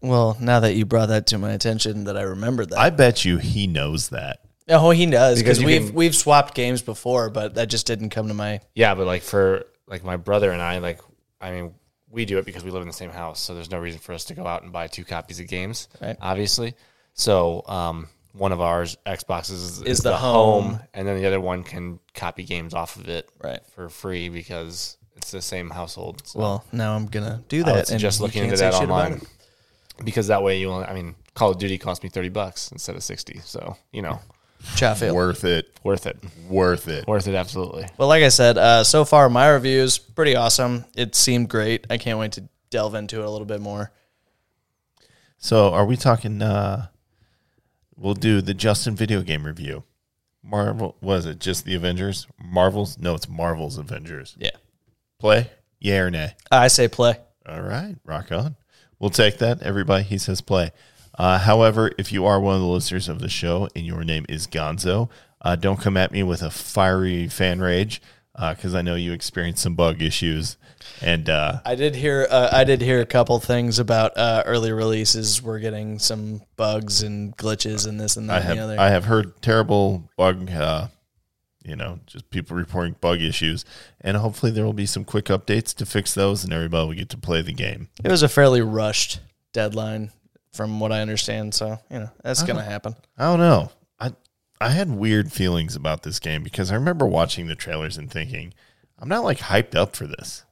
F: Well, now that you brought that to my attention, that I remembered that.
A: I bet you he knows that.
F: oh, he does
G: Because
F: because
G: you
F: we've
G: can-
F: we've swapped games before, but that just didn't come to my.
G: Yeah, but like for like my brother and I, like I mean, we do it because we live in the same house, so there's no reason for us to go out and buy two copies of games,
F: Right.
G: obviously. So um, one of our Xboxes is,
F: Is the home.
G: and then the other one can copy games off of it
F: Right.
G: for free because it's the same household. So
F: Well, now I'm gonna do
G: I
F: that.
G: was just
F: you
G: looking
F: can't
G: into
F: say
G: that
F: shit about
G: online
F: it.
G: because that way you only, I mean, Call of Duty cost me 30 bucks instead of 60. So, you know,
F: Chat fail.
A: Worth it.
G: worth it.
A: Worth it.
G: Worth it, absolutely.
F: Well, like I said, uh, so far my reviews pretty awesome. It seemed great. I can't wait to delve into it a little bit more.
A: So are we talking uh we'll do the Justin video game review. Marvel was it just the Avengers? Marvel's? No, it's Marvel's Avengers.
F: Yeah,
A: Play? Yeah or nay?
F: I say play.
A: All right, rock on. We'll take that. Everybody, he says play. Uh, however, if you are one of the listeners of the show and your name is Gonzo, uh, don't come at me with a fiery fan rage because I know you experienced some bug issues. And uh,
F: I did hear. Uh, I did hear a couple things about uh, early releases. We're getting some bugs and glitches and this and that.
A: I
F: and
A: have
F: the other.
A: I have heard terrible bug, uh, you know, just people reporting bug issues, and hopefully there will be some quick updates to fix those, and everybody will get to play the game.
F: it was a fairly rushed deadline, from what I understand. So you know that's gonna happen.
A: I don't know. I I had weird feelings about this game because I remember watching the trailers and thinking, I'm not like hyped up for this.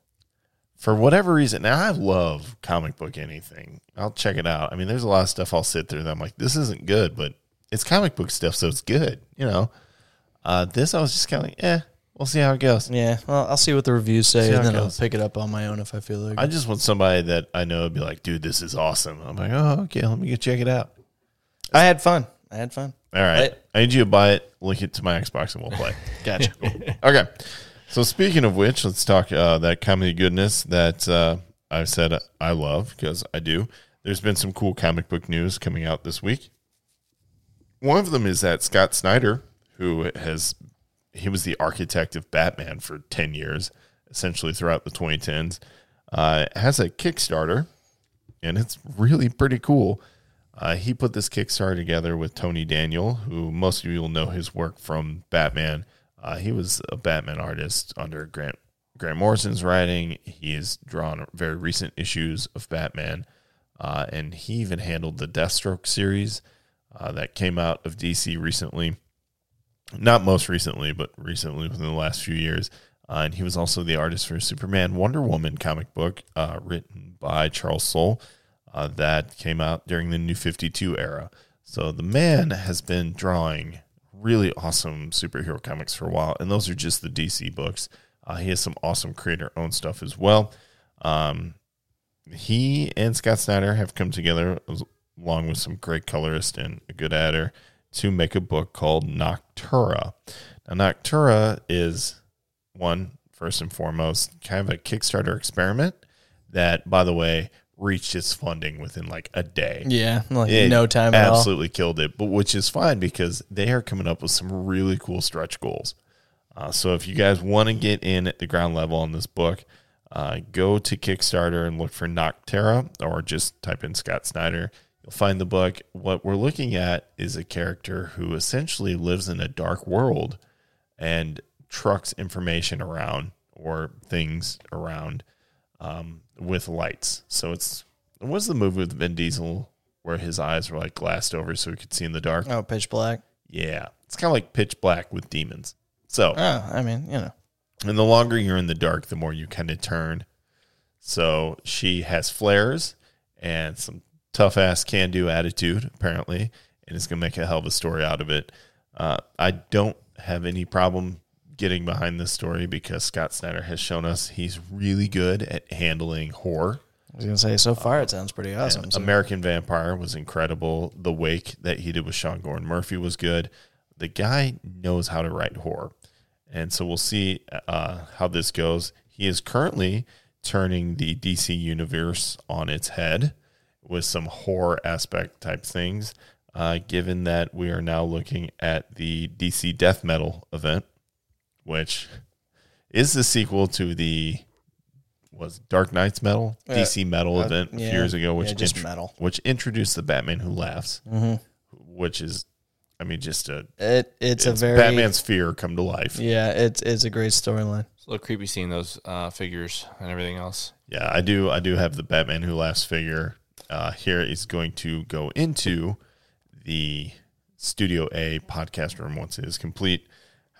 A: For whatever reason, now I love comic book anything. I'll check it out. I mean, there's a lot of stuff I'll sit through that I'm like, this isn't good, but it's comic book stuff, so it's good, you know. Uh, this I was just kind of like, eh, we'll see how it goes.
F: Yeah. Well, I'll see what the reviews say,
A: how
F: and
A: it
F: then I'll
A: goes.
F: pick it up on my own if I feel like.
A: I just want somebody that I know would be like, dude, this is awesome. I'm like, oh, okay, let me go check it out.
F: I had fun. I had fun.
A: All right.
F: Right.
A: I need you to buy it, link it to my Xbox, and we'll play.
F: Gotcha.
A: Okay. So speaking of which, let's talk uh, that comedy goodness that uh, I've said I love because I do. There's been some cool comic book news coming out this week. One of them is that Scott Snyder, who has he was the architect of Batman for ten years, essentially throughout the 2010s, uh, has a Kickstarter, and it's really pretty cool. Uh, he put this Kickstarter together with Tony Daniel, who most of you will know his work from Batman. Uh, he was a Batman artist under Grant Grant Morrison's writing. He has drawn very recent issues of Batman, uh, and he even handled the Deathstroke series uh, that came out of DC recently. Not most recently, but recently within the last few years. Uh, and he was also the artist for Superman Wonder Woman comic book uh, written by Charles Soule uh, that came out during the New 52 era. So the man has been drawing really awesome superhero comics for a while, and those are just the DC books. Uh, he has some awesome creator owned stuff as well. Um, he and Scott Snyder have come together as- along with some great colorist and a good editor to make a book called Noctura. Now, Noctura is one first and foremost kind of a Kickstarter experiment that, by the way, reached its funding within like a day.
F: yeah. Like
A: It
F: no time at all.
A: absolutely killed it but which is fine because they are coming up with some really cool stretch goals uh, so if you guys want to get in at the ground level on this book uh, go to kickstarter and look for noctera or just type in scott snyder you'll find the book what we're looking at is a character who essentially lives in a dark world and trucks information around or things around um, with lights. So it's it was the movie with Vin Diesel where his eyes were like glassed over so he could see in the dark.
F: Oh, pitch black.
A: Yeah, it's kind of like pitch black with demons. So
F: Oh, I mean, you know.
A: and the longer you're in the dark, the more you kind of turn. So she has flares and some tough ass can do attitude, apparently, and it's going to make a hell of a story out of it. Uh, I don't have any problem getting behind this story because Scott Snyder has shown us he's really good at handling horror.
F: I was gonna say so far it sounds pretty awesome.
A: And
F: so-
A: American Vampire was incredible. The Wake that he did with Sean Gordon Murphy was good. The guy knows how to write horror. And so we'll see uh, how this goes. He is currently turning the DC universe on its head with some horror aspect type things, uh, given that we are now looking at the DC Death Metal event, which is the sequel to the was Dark Knight's Metal
F: Yeah.
A: DC Metal
F: Uh,
A: event a few
F: yeah.
A: years ago, which
F: Yeah, just
A: intro-
F: metal. Mm-hmm.
A: which introduced the Batman Who Laughs, which is, I mean, just a
F: it
A: it's,
F: it's, a very
A: Batman's fear come to life. Yeah.
F: Yeah, it's it's a great storyline.
G: It's a little creepy seeing those uh, figures and everything else.
A: I do, I do have the Batman Who Laughs figure. Uh, here is going to go into the Studio A podcast room once it is complete.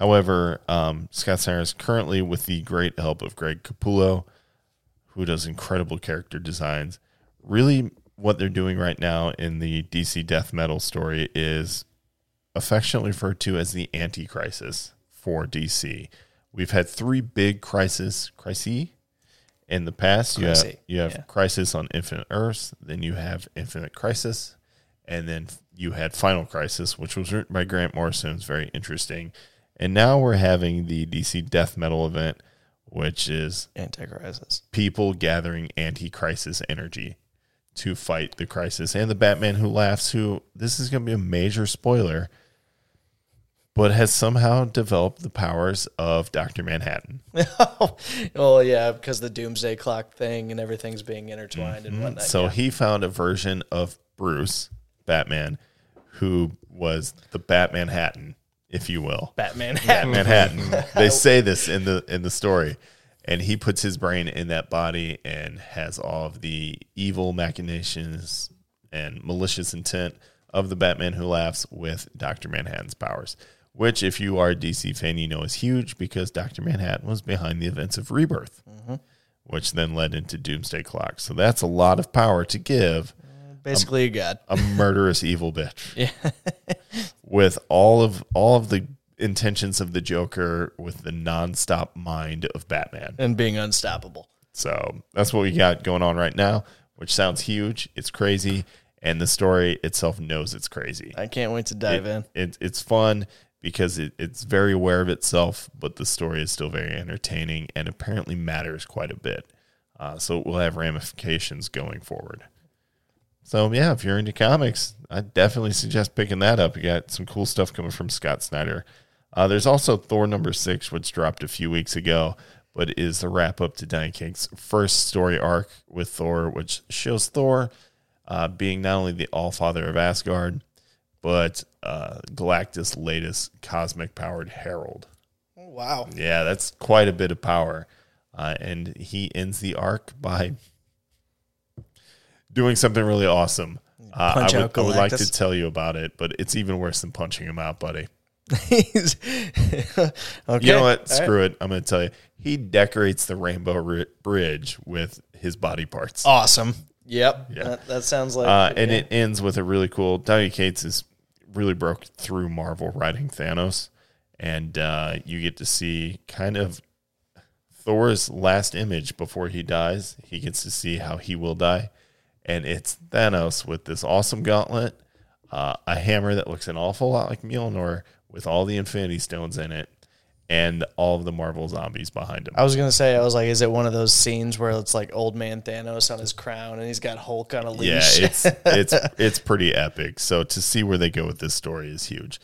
A: However, um, Scott Snyder is currently with the great help of Greg Capullo, who does incredible character designs. Really, what they're doing right now in the DC death metal story is affectionately referred to as the anti-crisis for DC. We've had three big crises, crises in the past. You have,
F: Crisis,
A: you have
F: yeah.
A: Crisis on Infinite Earth, then you have Infinite Crisis, and then you had Final Crisis, which was written by Grant Morrison. It's very interesting. And now we're having the DC death metal event, which is
F: Anticrisis.
A: people gathering anti-crisis energy to fight the crisis and the batman who laughs who this is going to be a major spoiler but has somehow developed the powers of dr manhattan
F: oh yeah, because the doomsday clock thing and everything's being intertwined and whatnot.
A: so he found a version of bruce batman who was the batman hatton if you will
F: Batman.
A: Manhattan. they say this in the in the story, and he puts his brain in that body and has all of the evil machinations and malicious intent of the Batman who laughs with Doctor Manhattan's powers. Which, if you are a DC fan, you know is huge because Doctor Manhattan was behind the events of Rebirth, which then led into Doomsday Clock. So that's a lot of power to give
F: Basically, a god.
A: a murderous evil bitch. with all of all of the intentions of the Joker with the nonstop mind of Batman.
F: and being unstoppable.
A: So that's what we got going on right now, which sounds huge. It's crazy. And the story itself knows it's crazy.
F: I can't wait to dive in.
A: It, it's fun because it, it's very aware of itself, but the story is still very entertaining and apparently matters quite a bit. Uh, so it will have ramifications going forward. So yeah, if you're into comics, I definitely suggest picking that up. You got some cool stuff coming from Scott Snyder. Uh, there's also Thor number six, which dropped a few weeks ago, but is the wrap up to Diane King's first story arc with Thor, which shows Thor uh, being not only the All Father of Asgard, but uh, Galactus' latest cosmic powered herald.
F: Wow.
A: Yeah, that's quite a bit of power. Uh, and he ends the arc by doing something really awesome. Uh, I,
F: Punch
A: would,
F: out
A: I would like to
F: Galactus.
A: tell you about it, but it's even worse than punching him out, buddy.
F: okay.
A: You know what?
F: All right.
A: Screw it. I'm going to tell you. He decorates the Rainbow Ri- Bridge with his body parts.
F: Awesome. Yep.
A: Yeah.
F: That, that sounds like.
A: Uh, and it ends with a really cool. Donny Cates is really broke through Marvel writing Thanos, and uh, you get to see kind of Thor's last image before he dies. He gets to see how he will die, and it's Thanos with this awesome gauntlet, uh, a hammer that looks an awful lot like Mjolnir with all the Infinity Stones in it, and all of the Marvel zombies behind him.
F: I was gonna say, I was like, is it one of those scenes where it's like old man Thanos on his crown and he's got Hulk on a leash?
A: Yeah, it's it's it's pretty epic. So to see where they go with this story is huge.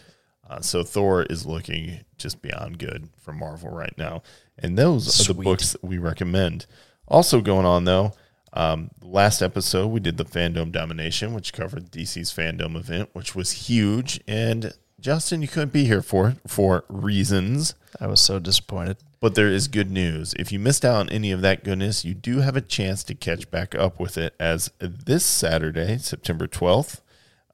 A: Uh, so Thor is looking just beyond good for Marvel right now, and those are the books that we recommend. Also going on though, um, last episode we did the fandom domination, which covered DC's fandom event, which was huge. And Justin, you couldn't be here for for reasons.
F: I was so disappointed.
A: But there is good news. If you missed out on any of that goodness, you do have a chance to catch back up with it as this Saturday, September 12th,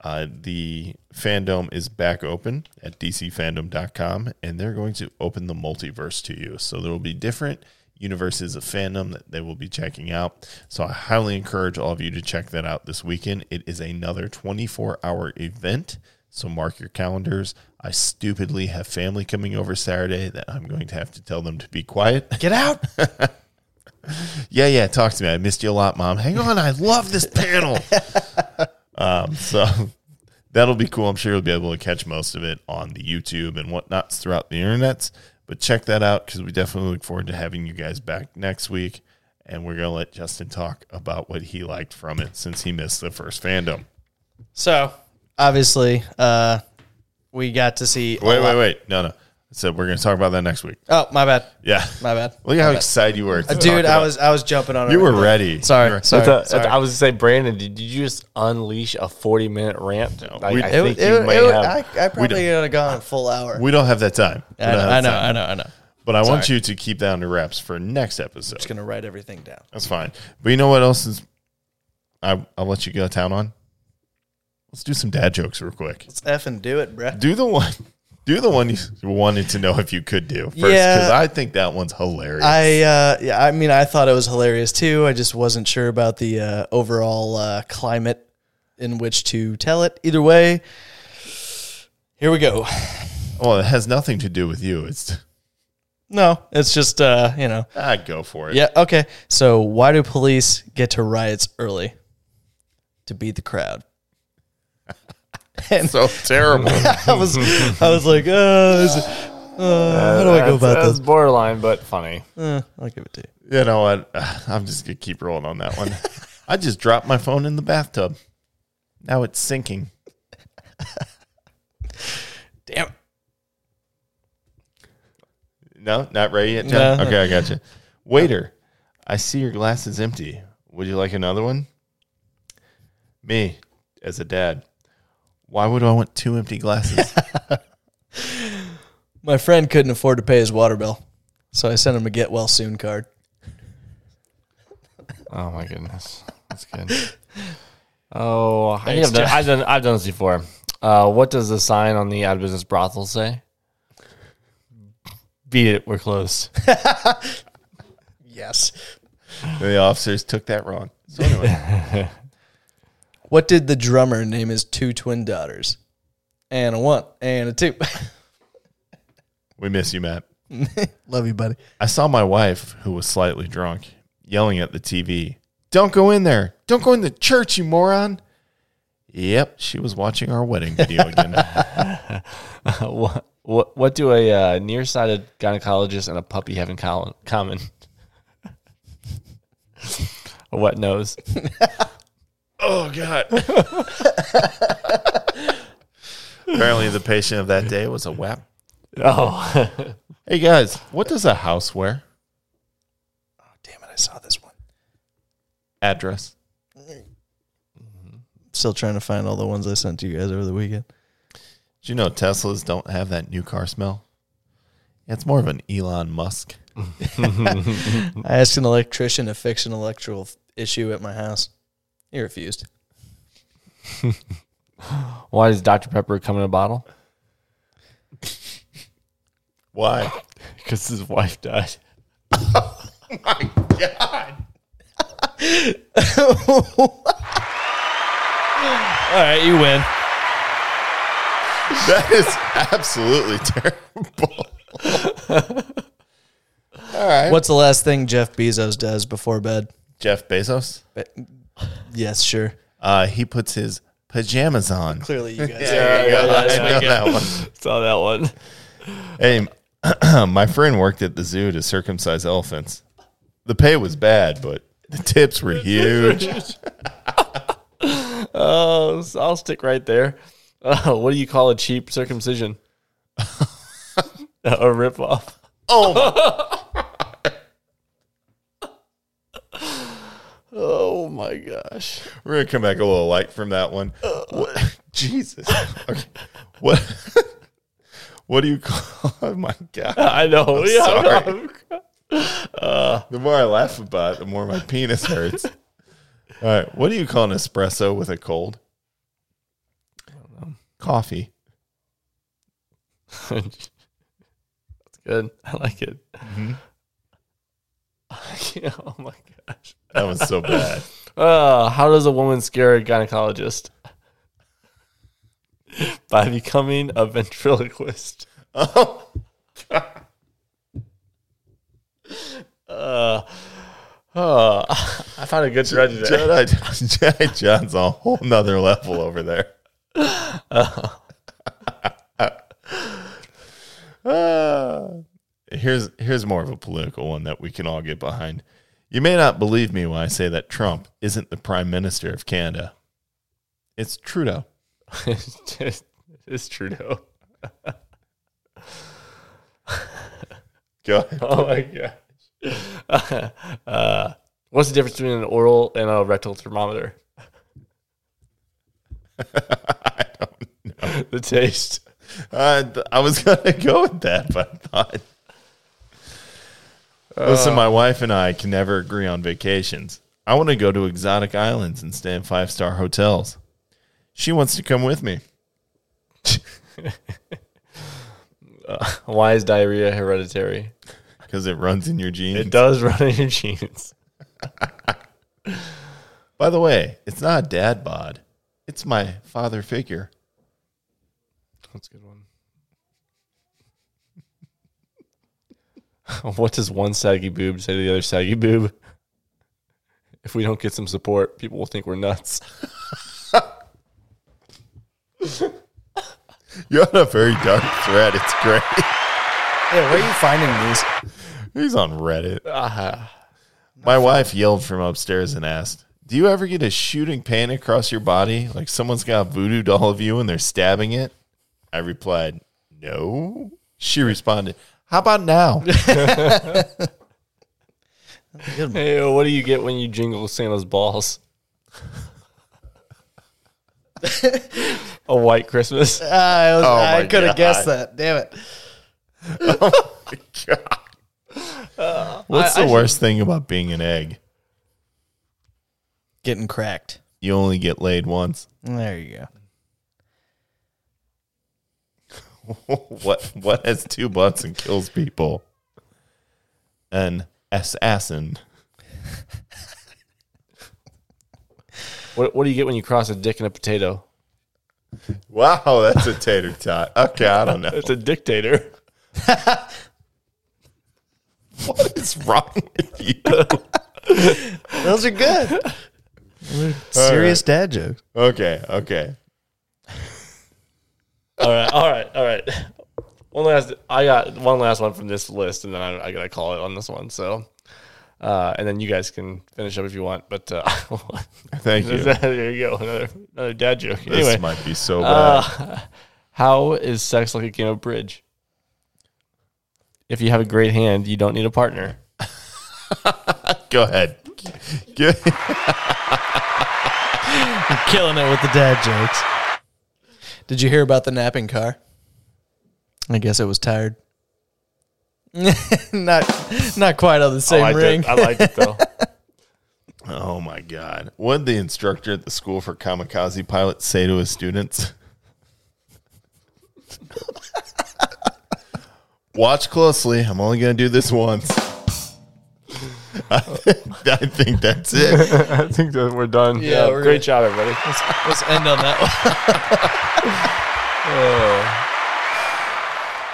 A: uh, the fandom is back open at dcfandom.com and they're going to open the multiverse to you. So there will be different universes of fandom that they will be checking out. So I highly encourage all of you to check that out this weekend. It is another 24 hour event. So mark your calendars. I stupidly have family coming over Saturday that I'm going to have to tell them to be quiet.
F: Get out!
A: yeah, yeah, talk to me. I missed you a lot, mom. Hang on, I love this panel. um, so that'll be cool. I'm sure you'll be able to catch most of it on the YouTube and whatnots throughout the internets. But check that out because we definitely look forward to having you guys back next week. And we're gonna let Justin talk about what he liked from it since he missed the first fandom.
F: So obviously, uh, we got to see.
A: Wait, wait, wait. No, no. So we're gonna talk about that next week.
F: Oh, my bad.
A: Yeah.
F: My bad.
A: Look how excited you were, to talk
F: Dude, I
A: about-
F: was I was jumping on.
A: You
F: it.
A: were ready.
F: Sorry,
A: You were-
F: sorry,
G: That's a-
F: sorry.
G: that's- I was to say, Brandon, did you just unleash a forty-minute rant? I,
A: we-
G: I
A: It
F: It,
G: think
F: it,
G: you may
F: it,
G: have.
F: I, I probably would have gone a full hour.
A: We don't have that time. We
F: I
A: don't
F: know,
A: have
F: I
A: that
F: know,
A: time.
F: I know, I know. I'm
A: But I want you to keep that under wraps for next episode.
F: just gonna write everything down.
A: That's fine. But you know what else is? I, I'll let you go to town on. Let's do some dad jokes real quick.
F: Let's effing do it, bruh.
A: Do the one. Do the one you wanted to know if you could do first, because
F: Yeah.
A: I think that one's hilarious.
F: I uh, yeah, I mean, I thought it was hilarious too. I just wasn't sure about the uh, overall uh, climate in which to tell it. Either way, here we go.
A: well, it has nothing to do with you. It's
F: No, it's just uh, you know,
A: I'd go for it.
F: yeah, okay. So why do police get to riots early? To beat the crowd.
A: so terrible.
F: I was, I was like, oh, is it- uh, how do I go about
G: That's
F: this?
G: borderline, but funny.
F: Uh, I'll give it to you.
A: You know what? I'm just gonna keep rolling on that one. I just dropped my phone in the bathtub. Now it's sinking.
F: Damn. it.
A: No, not ready yet,
F: No.
A: John. Okay, I got you. Waiter, I see your glass is empty. Would you like another one? Me, as a dad, why would I want two empty glasses?
F: My friend couldn't afford to pay his water bill, so I sent him a get well soon card.
G: Oh my goodness, that's good. Oh, I think
F: Thanks,
G: I've, done,
F: Jeff.
G: I've done I've done this before. Uh, what does the sign on the out of business brothel say? Beat it, we're closed.
F: Yes.
A: the officers took that wrong. So anyway,
F: What did the drummer name his two twin daughters? And a one and a two.
A: we miss you, Matt.
F: Love you, buddy.
A: I saw my wife, who was slightly drunk, yelling at the TV, Don't go in there. Don't go in the church, you moron. Yep, she was watching our wedding video again.
G: what, what what do a uh, nearsighted gynecologist and a puppy have in col- common? a wet nose.
A: oh, God. Apparently, the patient of that day was a wap.
G: Oh,
A: Hey, guys, what does a house wear?
F: Damn it, I saw this one.
A: Address.
F: Still trying to find all the ones I sent to you guys over the weekend.
A: Do you know Teslas don't have that new car smell? It's more of an Elon Musk.
F: I asked an electrician to fix an electrical f- issue at my house. He refused.
G: why does Dr Pepper come in a bottle?
A: Why?
G: Because his wife died.
F: All right, you win.
A: That is absolutely terrible.
F: What's the last thing Jeff Bezos does before bed?
A: Jeff Bezos.
F: Yes, sure.
A: Uh, he puts his pajamas on.
F: Clearly, you guys.
A: There you go. I know that one.
G: Saw that one.
A: Hey, my friend worked at the zoo to circumcise elephants. The pay was bad, but the tips were huge.
G: Oh, so I'll stick right there. Uh, what do you call a cheap circumcision? a ripoff. Oh my. oh my gosh.
A: We're gonna come back a little light from that one. What- Jesus. Okay. What? What do you call? Oh my god!
G: I know. yeah,
A: sorry.
G: I'm-
A: The more I laugh about it, the more my penis hurts. All right. What do you call an espresso with a cold? Coffee.
G: That's good. I like it. Yeah, oh my gosh.
A: That was so bad.
G: Uh, how does a woman scare a gynecologist? By becoming a ventriloquist.
A: Oh,
G: Uh, I found a good thread today.
A: Jedi, Jedi John's on a whole nother level over there. Ah. here's here's more of a political one that we can all get behind. You may not believe me when I say that Trump isn't the Prime Minister of Canada. It's Trudeau.
G: it's it's Trudeau.
A: Go ahead.
G: Oh my gosh. uh, what's the difference between an oral and a rectal thermometer? I don't know. The taste.
A: I, I was gonna go with that, but I thought. Listen, my wife and I can never agree on vacations. I want to go to exotic islands and stay in five star hotels. She wants to come with me.
G: Why is diarrhea hereditary?
A: because it runs in your genes.
G: It does run in your genes.
A: By the way, it's not a dad bod. It's my father figure.
G: That's a good one. what does one saggy boob say to the other saggy boob? If we don't get some support, people will think we're nuts.
A: You're on a very dark thread. It's great.
F: Yeah, where are you finding these? Uh-huh.
A: He's on Reddit. My wife yelled from upstairs and asked, Do you ever get a shooting pain across your body? Like someone's got a voodoo doll of you and they're stabbing it? I replied, No. She responded, How about now?
G: Hey, what do you get when you jingle Santa's balls? a white Christmas.
F: I, was-
A: my
F: I could
A: God.
F: have guessed that. Damn it.
A: What's the worst thing about being an egg?
F: Getting cracked.
A: You only get laid once.
F: There you go.
A: what what has two butts and kills people? An assassin.
G: What, what do you get when you cross a dick and a potato?
A: Wow, that's a tater tot. Okay, I don't know.
G: It's a dictator.
A: What is wrong with you?
F: Those are good. Serious dad jokes.
A: Okay, okay.
G: all right, all right, all right. One last, I got one last one from this list, and then I, I gotta call it on this one. So, uh, and then you guys can finish up if you want. But uh,
A: Thank you.
G: there you go, another another dad joke.
A: This
G: Anyway,
A: might be so bad.
G: how is sex like a game of bridge? If you have a great hand, you don't need a partner.
A: Go ahead. G-
F: You're killing it with the dad jokes. Did you hear about the napping car? I guess it was tired. not not quite on the same
G: I liked
F: ring.
G: it. I liked it though.
A: oh my god. What did the instructor at the school for kamikaze pilots say to his students? Watch closely. I'm only going to do this once. I, I think that's it.
G: I think that we're done. Yeah,
F: Yeah, we're
G: great
F: good.
G: job, everybody.
F: Let's end on that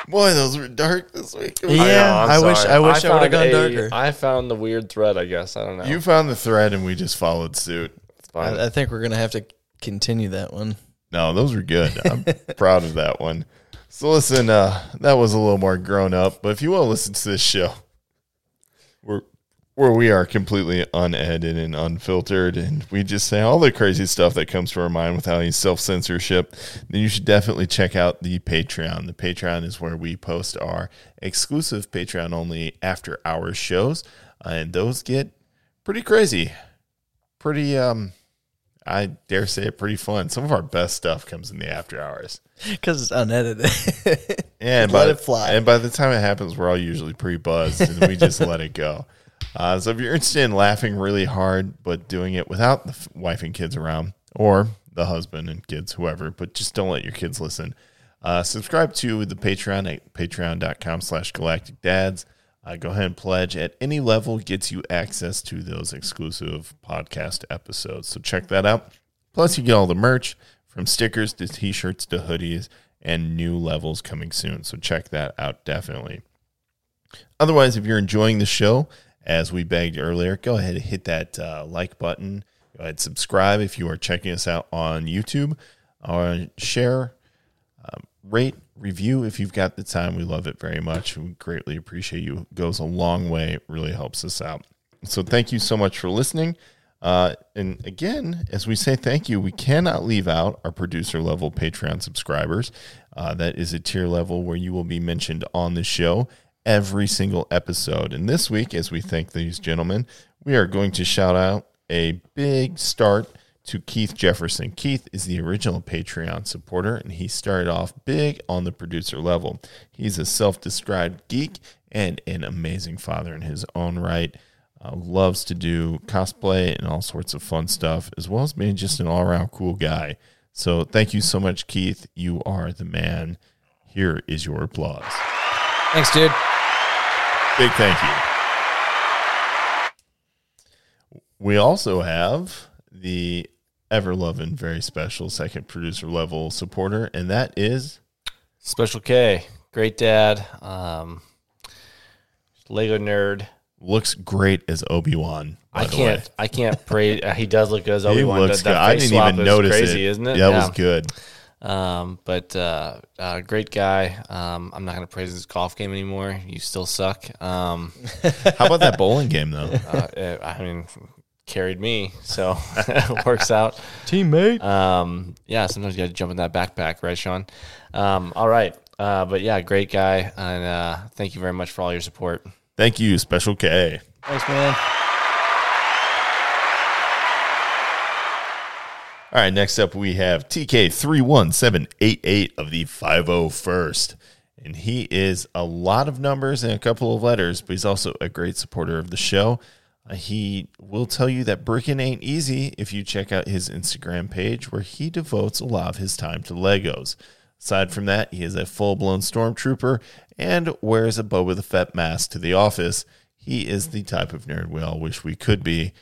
F: one.
A: Boy, those were dark this week.
F: Yeah, I, wish I wish I, would have gone darker.
G: I found the weird thread. I guess I don't know.
A: You found the thread and we just followed suit.
G: Fine.
F: I, I think we're gonna have to continue that one.
A: No, those were good. I'm proud of that one. So listen, uh, that was a little more grown up, but if you want to listen to this show, where where we are completely unedited and unfiltered, and we just say all the crazy stuff that comes to our mind without any self censorship, then you should definitely check out the Patreon. The Patreon is where we post our exclusive Patreon only after hours shows, uh, and those get pretty crazy, pretty um. I dare say it pretty fun. Some of our best stuff comes in the after hours.
F: Because it's unedited.
A: And
F: Let
A: by,
F: it fly.
A: And by the time it happens, we're all usually pretty buzzed and we just let it go. Uh, so if you're interested in laughing really hard, but doing it without the f- wife and kids around or the husband and kids, whoever, but just don't let your kids listen. Uh, subscribe to the Patreon at patreon.com slash galactic dads. Uh, go ahead and pledge at any level gets you access to those exclusive podcast episodes. So check that out. Plus, you get all the merch from stickers to t shirts to hoodies and new levels coming soon. So check that out definitely. Otherwise, if you're enjoying the show, as we begged earlier, go ahead and hit that uh, like button. Go ahead, subscribe if you are checking us out on YouTube, or share, um, rate, review if you've got the time. We love it very much. We greatly appreciate you. It goes a long way. It really helps us out. So thank you so much for listening. Uh, and again, as we say thank you, we cannot leave out our producer level Patreon subscribers. Uh, that is a tier level where you will be mentioned on the show every single episode. And this week, as we thank these gentlemen, we are going to shout out a big start to Keith Jefferson. Keith is the original Patreon supporter, and he started off big on the producer level. He's a self described geek and an amazing father in his own right uh, loves to do cosplay and all sorts of fun stuff, as well as being just an all around cool guy. So thank you so much, Keith. You are the man. Here is your applause.
F: Thanks, dude.
A: Big thank you. We also have the ever loving, very special second producer level supporter, and that is
G: Special K, great dad, um, Lego nerd.
A: looks great as Obi Wan.
G: I can't. I can't praise. He does look good as Obi
A: He
G: Wan.
A: looks good. I didn't even notice
G: crazy,
A: it.
G: isn't it?
A: Yeah, that was good.
G: Um, but uh, uh, great guy. Um, I'm not going to praise his golf game anymore. You still suck. Um,
A: How about that bowling game though?
G: uh, eh, I mean, carried me, so it works out.
F: Teammate.
G: Um, yeah, sometimes you got to jump in that backpack, right, Sean? Um, all right. Uh, but yeah, great guy, and uh, thank you very much for all your support.
A: Thank you, Special K.
F: Thanks, man.
A: All right, next up we have TK31788 of the 501st. And he is a lot of numbers and a couple of letters, but he's also a great supporter of the show. Uh, he will tell you that bricking ain't easy if you check out his Instagram page, where he devotes a lot of his time to Legos. Aside from that, he is a full blown stormtrooper and wears a Boba the Fett mask to the office. He is the type of nerd we all wish we could be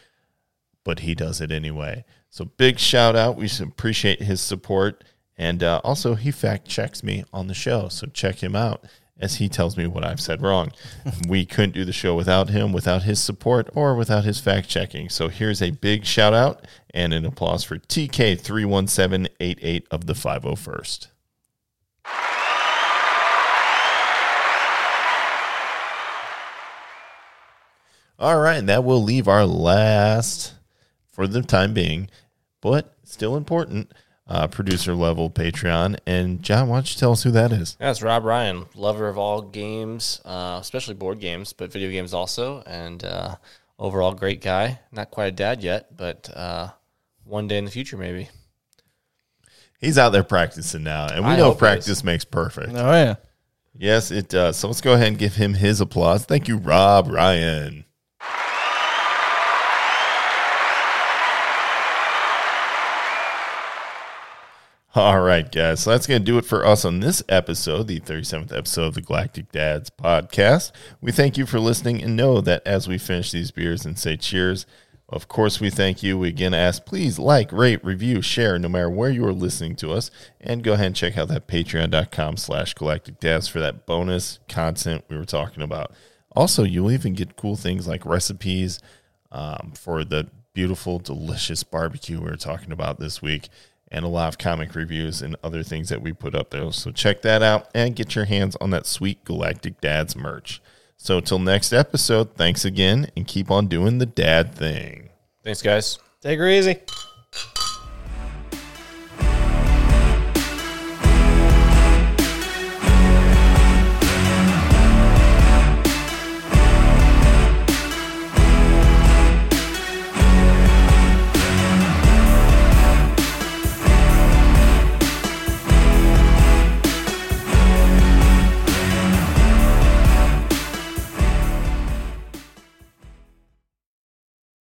A: but he does it anyway. So big shout out. We s- appreciate his support. And uh, also, he fact checks me on the show. So check him out as he tells me what I've said wrong. we couldn't do the show without him, without his support, or without his fact checking. So here's a big shout out and an applause for TK31788 of the 501st. All right, and that will leave our last for the time being, but still important uh, producer level Patreon. And John, why don't you tell us who that is?
G: That's Rob Ryan, lover of all games, uh, especially board games, but video games also, and uh, overall great guy. Not quite a dad yet, but uh, one day in the future maybe.
A: He's out there practicing now, and we
G: I
A: know
G: hope it is.
A: practice makes perfect.
F: Oh yeah.
A: Yes, it does. So let's go ahead and give him his applause. Thank you, Rob Ryan. All right, guys. So that's going to do it for us on this episode, the 37th episode of the Galactic Dads podcast. We thank you for listening and know that as we finish these beers and say cheers, of course, we thank you. We again ask please like, rate, review, share, no matter where you are listening to us. And go ahead and check out that patreon.com slash galactic dads for that bonus content we were talking about. Also, you'll even get cool things like recipes um, for the beautiful, delicious barbecue we were talking about this week, and a lot of comic reviews and other things that we put up there. So check that out and get your hands on that sweet Galactic Dad's merch. So till next episode, thanks again, and keep on doing the dad thing.
G: Thanks, guys.
F: Take her easy.